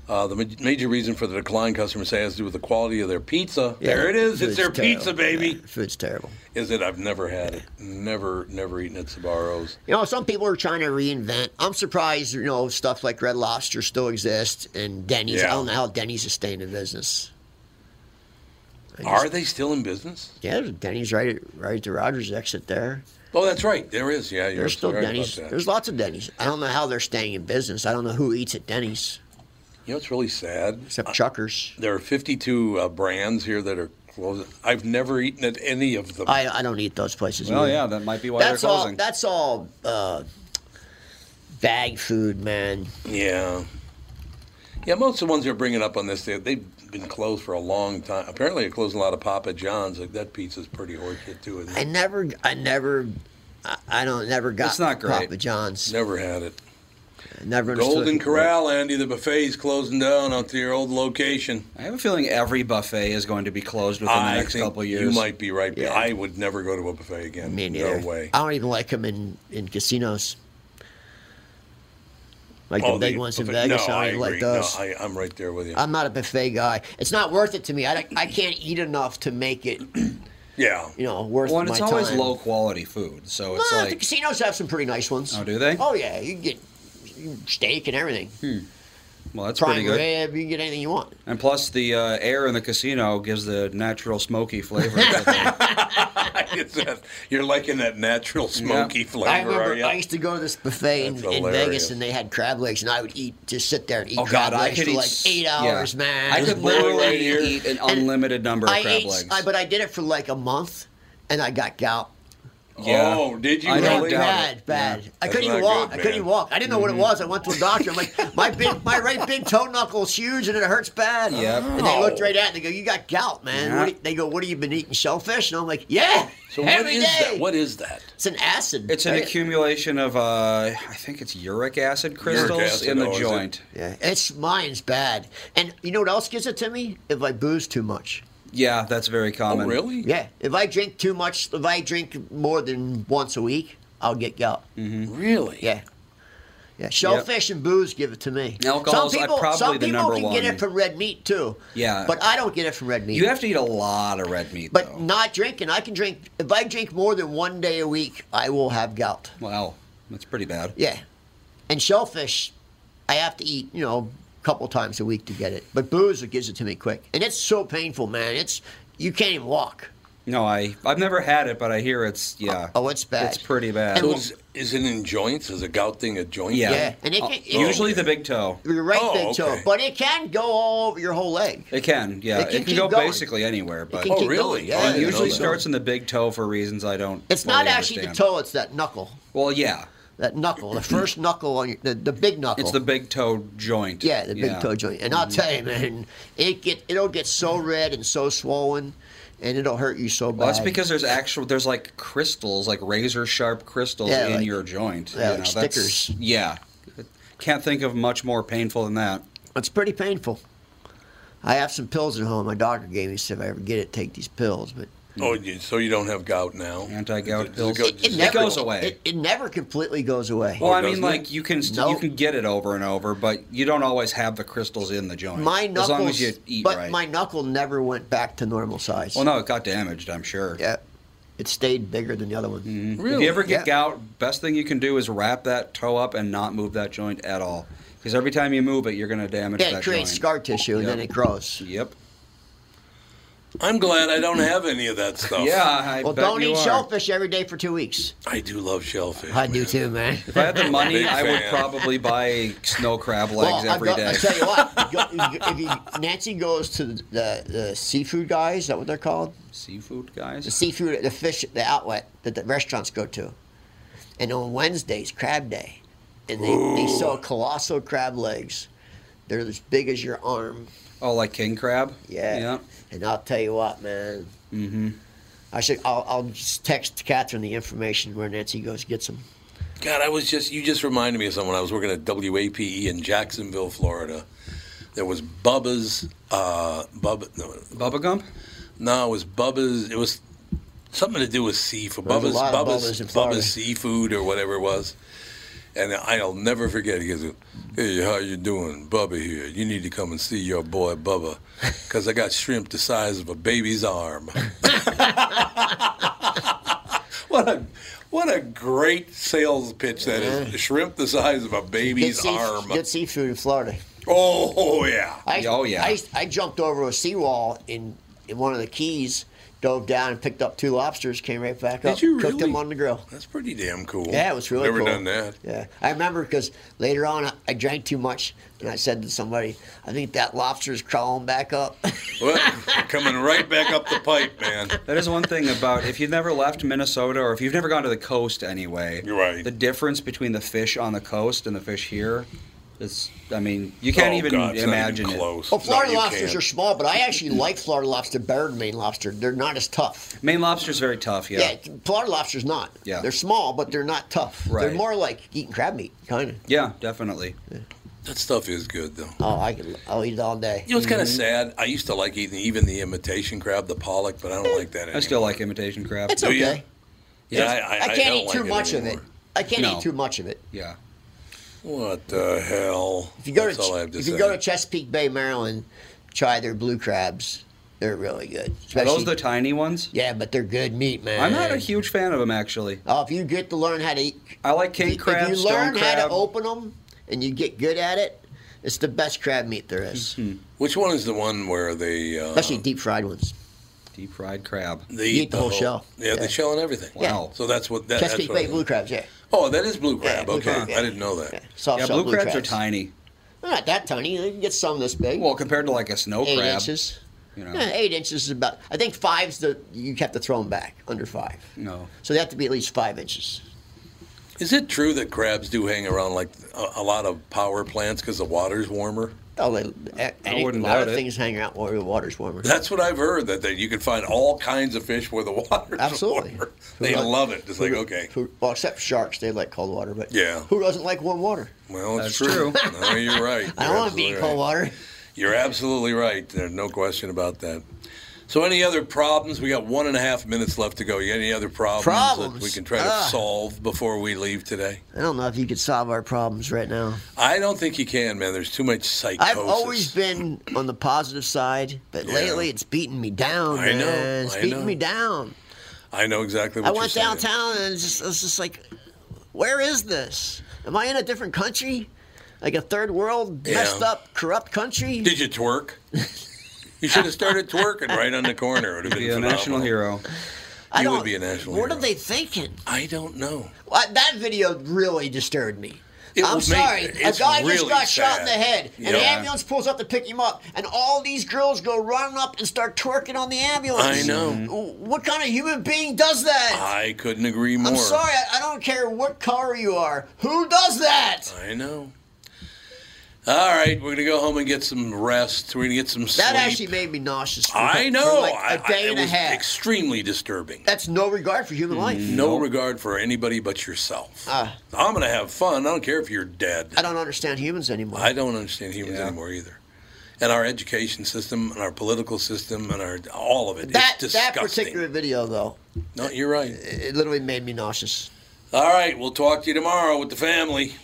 Speaker 1: Uh, the ma- major reason for the decline, customers say, has to do with the quality of their pizza.
Speaker 2: Yeah,
Speaker 1: there it is. It's
Speaker 2: food's
Speaker 1: their
Speaker 2: terrible.
Speaker 1: pizza, baby.
Speaker 2: Yeah, food's terrible.
Speaker 1: Is it? I've never had it. Never, never eaten at Sabaro's.
Speaker 2: You know, some people are trying to reinvent. I'm surprised, you know, stuff like Red Lobster still exists and Denny's. I
Speaker 1: Yeah.
Speaker 2: don't know how Denny's is staying in business. I just-
Speaker 1: Are they still in business?
Speaker 2: Yeah, there's Denny's right at, right at the Rogers exit there.
Speaker 1: Oh, that's right. There is. Yeah, you're
Speaker 2: There's still
Speaker 1: absolutely right
Speaker 2: Denny's.
Speaker 1: about that.
Speaker 2: There's lots of Denny's. I don't know how they're staying in business. I don't know who eats at Denny's
Speaker 1: You know, it's really sad.
Speaker 2: except Chuckers.
Speaker 1: There are 52 uh, brands here that are closing. I've never eaten at any of them.
Speaker 2: I, I don't eat those places.
Speaker 6: Well,
Speaker 1: Hmm.
Speaker 2: either.
Speaker 6: yeah, that might be why
Speaker 2: that's
Speaker 6: they're
Speaker 2: all.
Speaker 6: closing.
Speaker 2: That's all. Uh, bag food, man.
Speaker 1: Yeah. Yeah, most of the ones you're bringing up on this, they, they've been closed for a long time. Apparently, they're closing a lot of Papa John's. Like, that pizza's pretty hard shit, too. Isn't
Speaker 2: I
Speaker 1: it?
Speaker 2: never. I never. I, I don't. Never got.
Speaker 6: It's not great.
Speaker 2: Papa John's.
Speaker 1: Never had it.
Speaker 2: I Never. understood
Speaker 1: Golden
Speaker 2: it.
Speaker 1: Corral, Andy, the buffet's closing down out to your old location.
Speaker 6: I have a feeling every buffet is going to be closed within
Speaker 1: I
Speaker 6: the next
Speaker 1: think
Speaker 6: couple of years.
Speaker 1: You might be right.
Speaker 2: Yeah.
Speaker 1: I would never go to a buffet again.
Speaker 2: Me neither.
Speaker 1: No way.
Speaker 2: I don't even like them in in casinos. like
Speaker 1: Oh,
Speaker 2: the big
Speaker 1: the
Speaker 2: ones in
Speaker 1: buffet-
Speaker 2: Vegas.
Speaker 1: no,
Speaker 2: I
Speaker 1: I
Speaker 2: don't even like
Speaker 1: agree. No,
Speaker 2: those.
Speaker 1: I- I'm right there with you.
Speaker 2: I'm not a buffet guy. It's not worth it to me. I, don't- I can't eat enough to make it,
Speaker 1: Yeah.
Speaker 2: you know, worth
Speaker 6: Well, and
Speaker 2: my
Speaker 6: it's always
Speaker 2: time.
Speaker 6: low quality food, so it's
Speaker 2: Nah, the
Speaker 6: like
Speaker 2: casinos have some pretty nice ones.
Speaker 6: Oh, do they?
Speaker 2: Oh yeah, you can get steak and everything.
Speaker 6: well, that's pretty
Speaker 2: Prime
Speaker 6: good.
Speaker 2: rib, you can get anything you want.
Speaker 6: And plus, the uh, air in the casino gives the natural smoky flavor. to the-
Speaker 1: It's that- You're liking that natural smoky flavor,
Speaker 2: I remember
Speaker 1: are you?
Speaker 2: I used to go to this buffet in,
Speaker 1: That's
Speaker 2: in
Speaker 1: hilarious.
Speaker 2: Vegas and they had crab legs and I would eat just sit there and eat
Speaker 6: oh
Speaker 2: crab
Speaker 6: God, I
Speaker 2: legs
Speaker 6: could
Speaker 2: for
Speaker 6: eat
Speaker 2: like
Speaker 6: s-
Speaker 2: eight
Speaker 6: yeah.
Speaker 2: hours, man.
Speaker 6: I could
Speaker 2: It was really
Speaker 6: literally
Speaker 2: weird.
Speaker 6: eat an
Speaker 2: And
Speaker 6: unlimited number of
Speaker 2: I
Speaker 6: crab
Speaker 2: ate,
Speaker 6: legs.
Speaker 2: I, but I did it for like a month and I got gout.
Speaker 6: yeah.
Speaker 1: Oh, did you
Speaker 6: I don't
Speaker 1: really?
Speaker 6: doubt
Speaker 2: bad,
Speaker 6: it.
Speaker 2: bad.
Speaker 6: Yeah.
Speaker 2: I
Speaker 1: That's
Speaker 2: couldn't even
Speaker 1: not
Speaker 2: walk.
Speaker 1: good,
Speaker 2: I couldn't
Speaker 1: man.
Speaker 2: even walk. I didn't know what it was. I went to a doctor. I'm like, my big, my right big toe knuckle is huge and it hurts bad.
Speaker 6: Yep.
Speaker 2: And they looked right at it and they go, "You got gout, man." What
Speaker 6: Yeah.
Speaker 2: do you- they go, "What have you been eating? Shellfish?" And I'm like, "Yeah,
Speaker 1: So what is
Speaker 2: every day."
Speaker 1: that? What is that?
Speaker 2: It's an acid.
Speaker 6: It's an
Speaker 2: right?
Speaker 6: accumulation of, uh, I think it's uric acid crystals
Speaker 1: acid,
Speaker 6: in the
Speaker 1: oh, is it?
Speaker 6: joint.
Speaker 2: Yeah, it's mine's bad. And you know what else gives it to me? If I booze too much.
Speaker 6: Yeah, that's very
Speaker 1: Oh,
Speaker 6: common.
Speaker 1: really?
Speaker 2: Yeah, if I drink too much, if I drink more than once a week, I'll get gout.
Speaker 1: Really?
Speaker 2: Yeah. Yeah, shellfish and booze give it to me.
Speaker 6: Alcohol's,
Speaker 2: some
Speaker 6: like,
Speaker 2: people,
Speaker 6: uh, probably
Speaker 2: some
Speaker 6: the
Speaker 2: people
Speaker 6: number
Speaker 2: can get
Speaker 6: one.
Speaker 2: it from red meat too.
Speaker 6: Yeah.
Speaker 2: but I don't get it from red meat.
Speaker 6: You have to eat a lot of red meat,
Speaker 2: but
Speaker 6: though.
Speaker 2: not drinking. I can drink. If I drink more than one day a week, I will have gout.
Speaker 6: Wow, that's pretty bad.
Speaker 2: Yeah, and shellfish, I have to eat. You know, a couple times a week to get it. But booze it gives it to me quick, and it's so painful, man. It's you can't even walk.
Speaker 6: No, I I've never had it, but I hear it's yeah.
Speaker 2: Oh, it's bad.
Speaker 6: It's pretty bad.
Speaker 1: So is, is it in joints? Is a gout thing a joint?
Speaker 6: yeah.
Speaker 2: Yeah, and it can-
Speaker 6: Uh, usually the big toe.
Speaker 2: You're right,
Speaker 1: Oh,
Speaker 2: big toe,
Speaker 1: okay.
Speaker 2: but it can go all over your whole leg.
Speaker 6: It can, yeah.
Speaker 2: It
Speaker 6: It
Speaker 2: can
Speaker 6: can,
Speaker 2: keep
Speaker 6: go
Speaker 2: going.
Speaker 6: basically anywhere, but
Speaker 2: can
Speaker 1: Oh,
Speaker 2: keep
Speaker 1: really?
Speaker 2: going.
Speaker 1: Oh,
Speaker 2: Yeah,
Speaker 1: I
Speaker 6: it
Speaker 1: didn't know
Speaker 6: usually
Speaker 1: that.
Speaker 6: starts in the big toe for reasons I don't.
Speaker 2: It's not
Speaker 6: fully
Speaker 2: actually the
Speaker 6: understand.
Speaker 2: toe; it's that knuckle.
Speaker 6: Well, yeah,
Speaker 2: That knuckle, the first knuckle on your, the, the big knuckle.
Speaker 6: it's the big toe joint.
Speaker 2: Oh. yeah, the big toe joint. And I'll tell you, man, it get it'll get so red and so swollen, and it'll hurt you so bad.
Speaker 6: Well, that's because there's actual there's like crystals, like razor sharp crystals
Speaker 2: Yeah,
Speaker 6: in
Speaker 2: like-
Speaker 6: your joint.
Speaker 2: yeah, like
Speaker 6: that's-
Speaker 2: stickers.
Speaker 6: Yeah, can't think of much more painful than that.
Speaker 2: it's pretty painful. I have some pills at home. My doctor gave me. He said if I ever get it, take these pills. But
Speaker 1: Oh, you- so you don't have gout now?
Speaker 6: Anti-gout
Speaker 1: Does
Speaker 6: pills.
Speaker 1: go-
Speaker 6: It- it
Speaker 1: does
Speaker 6: never- goes away.
Speaker 2: It, it never completely goes away.
Speaker 6: Well, I
Speaker 1: doesn't
Speaker 6: mean, like
Speaker 1: it?
Speaker 6: you can st-
Speaker 2: No.
Speaker 6: you can get it over and over, but you don't always have the crystals in the joint.
Speaker 2: my knuckles,
Speaker 6: as long as you eat
Speaker 2: but
Speaker 6: right.
Speaker 2: my knuckle never went back to normal size.
Speaker 6: well, no, it got damaged. I'm sure.
Speaker 2: Yeah, it stayed bigger than the other one.
Speaker 6: If you ever get
Speaker 2: Yeah.
Speaker 6: gout, best thing you can do is wrap that toe up and not move that joint at all, because every time you move it, you're going to damage
Speaker 2: Yeah,
Speaker 6: that
Speaker 2: it creates
Speaker 6: joint.
Speaker 2: scar tissue and then
Speaker 6: Yep.
Speaker 2: it grows.
Speaker 6: Yep.
Speaker 1: I'm glad I don't have any of that stuff.
Speaker 6: Yeah, I
Speaker 2: Well,
Speaker 6: bet
Speaker 2: don't
Speaker 6: you
Speaker 2: eat
Speaker 6: are.
Speaker 2: shellfish every day for two weeks.
Speaker 1: I do love shellfish.
Speaker 2: I do
Speaker 1: man.
Speaker 2: too, man.
Speaker 6: If I had the money,
Speaker 1: Big
Speaker 6: I would
Speaker 1: fan.
Speaker 6: probably buy snow crab legs
Speaker 2: Well, I,
Speaker 6: every
Speaker 2: go,
Speaker 6: day.
Speaker 2: I tell you what, go, if you, Nancy goes to the, the, the seafood guys. Is that what they're called?
Speaker 6: Seafood
Speaker 2: The
Speaker 6: guys.
Speaker 2: seafood, the fish, the outlet that the restaurants go to. And on Wednesdays, crab day, and they, they sell colossal crab legs. They're as big as your arm.
Speaker 6: Oh, like king crab.
Speaker 2: Yeah.
Speaker 6: Yeah.
Speaker 2: And I'll tell you what, man. Mm-hmm. I should. I'll, I'll just text Catherine the information where Nancy goes gets them.
Speaker 1: God, I was just you just reminded me of someone. I was working at WAPE E in Jacksonville, Florida. There was Bubba's uh Bubba no,
Speaker 6: Bubba gum.
Speaker 1: no, it was Bubba's it was something to do with seafood.
Speaker 2: There's a
Speaker 1: Bubba's
Speaker 2: lot of Bubba's
Speaker 1: Bubba's
Speaker 2: in Florida.
Speaker 1: Bubba's seafood or whatever it was. And I'll never forget. He goes, "Hey, how you doing, Bubba? Here, you need to come and see your boy Bubba, because I got shrimp the size of a baby's arm." what a what a great sales pitch that is! Shrimp the size of a
Speaker 2: Good,
Speaker 1: baby's
Speaker 2: seaf-
Speaker 1: arm.
Speaker 2: good seafood in Florida.
Speaker 1: Oh, oh, yeah.
Speaker 2: I,
Speaker 6: Oh, yeah.
Speaker 2: I, I jumped over a seawall in, in one of the keys, dove down and picked up two lobsters, came right back up,
Speaker 1: Did you
Speaker 2: cooked them
Speaker 1: really?
Speaker 2: on the grill.
Speaker 1: That's pretty damn cool.
Speaker 2: Yeah, it was really
Speaker 1: Never
Speaker 2: cool.
Speaker 1: done that.
Speaker 2: Yeah, I remember because later on I, I drank too much and I said to somebody, "I think that lobster's crawling back up."
Speaker 1: Well, coming right back up the pipe, man.
Speaker 6: That is one thing about if you've never left Minnesota or if you've never gone to the coast anyway.
Speaker 1: You're right.
Speaker 6: The difference between the fish on the coast and the fish here is, I mean, you can't
Speaker 1: Oh,
Speaker 6: even
Speaker 1: God, it's not
Speaker 6: imagine
Speaker 1: even
Speaker 6: it.
Speaker 1: close.
Speaker 2: well, Florida
Speaker 1: No, you
Speaker 2: lobsters
Speaker 1: can't.
Speaker 2: are small, but I actually like Florida lobster better than Maine lobster. They're not as tough.
Speaker 6: Maine lobster's very tough. Yeah.
Speaker 2: Yeah, Florida lobster's not.
Speaker 6: Yeah.
Speaker 2: they're small, but they're not tough. They're
Speaker 6: Right.
Speaker 2: more like eating crab meat, kind of.
Speaker 6: Yeah, definitely.
Speaker 1: That stuff is good though.
Speaker 6: Mm-hmm.
Speaker 2: Oh, I can, I'll eat it all day.
Speaker 1: You know, it's kind of sad. I used to like eating even the imitation crab, the pollock, but I don't like that anymore.
Speaker 6: I still like imitation crab.
Speaker 2: It's
Speaker 1: Do you?
Speaker 2: okay.
Speaker 1: Yeah, I, I,
Speaker 2: I
Speaker 1: I
Speaker 2: can't
Speaker 1: don't
Speaker 2: eat
Speaker 1: like
Speaker 2: too much of it.
Speaker 1: anymore.
Speaker 2: I can't
Speaker 6: No.
Speaker 2: eat too much of it.
Speaker 6: yeah.
Speaker 1: What the hell?
Speaker 2: If you go
Speaker 1: That's
Speaker 2: to
Speaker 1: all I have to
Speaker 2: if
Speaker 1: say.
Speaker 2: you go to Chesapeake Bay, Maryland, try their blue crabs. They're really good.
Speaker 6: Are
Speaker 2: Especially,
Speaker 6: those the tiny ones?
Speaker 2: yeah, but they're good meat, man.
Speaker 6: I'm not a huge fan of them actually.
Speaker 2: Oh, if you get to learn how to eat,
Speaker 6: I like
Speaker 2: if
Speaker 6: king
Speaker 2: you-
Speaker 6: crab,
Speaker 2: if you
Speaker 6: stone
Speaker 2: learn how
Speaker 6: crab.
Speaker 2: to open them and you get good at it, it's the best crab meat there is.
Speaker 6: Mm-hmm.
Speaker 1: Which one is the one where they uh,
Speaker 2: Especially deep fried ones.
Speaker 6: Deep fried crab.
Speaker 1: they
Speaker 2: you eat the whole shell.
Speaker 1: Yeah, the
Speaker 2: Yeah.
Speaker 1: shell and everything.
Speaker 2: Yeah.
Speaker 1: Wow. So that's what that, that's
Speaker 2: Chesapeake
Speaker 1: what
Speaker 2: Bay
Speaker 1: it
Speaker 2: blue
Speaker 1: is.
Speaker 2: crabs, yeah.
Speaker 1: Oh, that is blue
Speaker 2: Yeah,
Speaker 1: crab.
Speaker 2: blue
Speaker 1: okay,
Speaker 2: crab, yeah.
Speaker 1: I didn't know that.
Speaker 2: yeah. Soft
Speaker 6: Yeah,
Speaker 2: shell
Speaker 6: blue, crabs,
Speaker 2: crabs
Speaker 6: are tiny.
Speaker 2: They're not that tiny. You can get some this big.
Speaker 6: Well, compared to like a snow
Speaker 2: eight
Speaker 6: crab.
Speaker 2: inches.
Speaker 6: You know.
Speaker 2: Yeah, eight inches is about. I think five's the you have to throw them back under five.
Speaker 6: No.
Speaker 2: So they have to be at least five inches.
Speaker 1: Is it true that crabs do hang around like a, a lot of power plants because the water's warmer?
Speaker 2: Oh, they, a- any-
Speaker 6: wouldn't
Speaker 2: a lot
Speaker 6: doubt
Speaker 2: of
Speaker 6: it.
Speaker 2: things hang out where the water's warmer.
Speaker 1: That's what I've heard that, that you can find all kinds of fish where the water's
Speaker 2: Absolutely.
Speaker 1: warmer.
Speaker 2: Who
Speaker 1: They
Speaker 2: doesn't-
Speaker 1: love it. It's like
Speaker 2: who-
Speaker 1: okay,
Speaker 2: who- well, except sharks, they like cold water, but
Speaker 1: Yeah.
Speaker 2: who doesn't like warm water?
Speaker 1: well, it's
Speaker 6: That's
Speaker 1: true.
Speaker 6: true.
Speaker 1: no, you're right.
Speaker 2: I don't
Speaker 1: You're
Speaker 2: want to be in
Speaker 1: absolutely
Speaker 2: cold
Speaker 1: right.
Speaker 2: water.
Speaker 1: You're absolutely right. There's no question about that. So, any other problems? We got one and a half minutes left to go. You got any other problems, that
Speaker 2: Problems?
Speaker 1: we can try to
Speaker 2: Ah.
Speaker 1: solve before we leave today?
Speaker 2: I don't know if you could solve our problems right now.
Speaker 1: I don't think you can, man. There's too much psychosis.
Speaker 2: I've always been on the positive side, but
Speaker 1: Yeah.
Speaker 2: lately it's beating me down,
Speaker 1: I know,
Speaker 2: man. It's
Speaker 1: I
Speaker 2: beating
Speaker 1: know.
Speaker 2: me down.
Speaker 1: I know exactly what
Speaker 2: I
Speaker 1: you're
Speaker 2: went
Speaker 1: saying.
Speaker 2: downtown and it's just, it's just like, where is this? Am I in a different country? Like a third world,
Speaker 1: Yeah.
Speaker 2: messed up, corrupt country?
Speaker 1: Did you twerk? you should have started twerking right on the corner. It would have been
Speaker 6: Be a national
Speaker 1: phenomenal.
Speaker 6: hero.
Speaker 2: I
Speaker 1: you would
Speaker 2: don't-
Speaker 1: be a national
Speaker 2: What
Speaker 1: hero.
Speaker 2: are they thinking?
Speaker 1: I don't know.
Speaker 2: Well, that video really disturbed me.
Speaker 1: It
Speaker 2: I'm
Speaker 1: was me.
Speaker 2: sorry. A
Speaker 1: It's
Speaker 2: guy
Speaker 1: really
Speaker 2: just got shot in the
Speaker 1: sad.
Speaker 2: head, and
Speaker 1: Yeah.
Speaker 2: the ambulance pulls up to pick him up, and all these girls go running up and start twerking on the ambulance.
Speaker 1: I know.
Speaker 2: What kind of human being does that?
Speaker 1: I couldn't agree more.
Speaker 2: I'm sorry. I, I don't care what color you are. Who does that?
Speaker 1: I know. All right, we're gonna go home and get some rest. We're gonna get some sleep.
Speaker 2: That actually made me nauseous. For,
Speaker 1: I
Speaker 2: for
Speaker 1: know.
Speaker 2: like
Speaker 1: I-
Speaker 2: a day and
Speaker 1: I, it
Speaker 2: a
Speaker 1: was
Speaker 2: half.
Speaker 1: extremely disturbing.
Speaker 2: That's no regard for human life.
Speaker 1: no regard for anybody but yourself.
Speaker 2: Ah.
Speaker 1: I'm gonna have fun. I don't care if you're dead.
Speaker 2: I don't understand humans anymore.
Speaker 1: I don't understand humans anymore either. And our education system, and our political system, and our all of it.
Speaker 2: that
Speaker 1: it's
Speaker 2: that
Speaker 1: disgusting.
Speaker 2: particular video though,
Speaker 1: No, you're right.
Speaker 2: it literally made me nauseous.
Speaker 1: All right, we'll talk to you tomorrow with the family.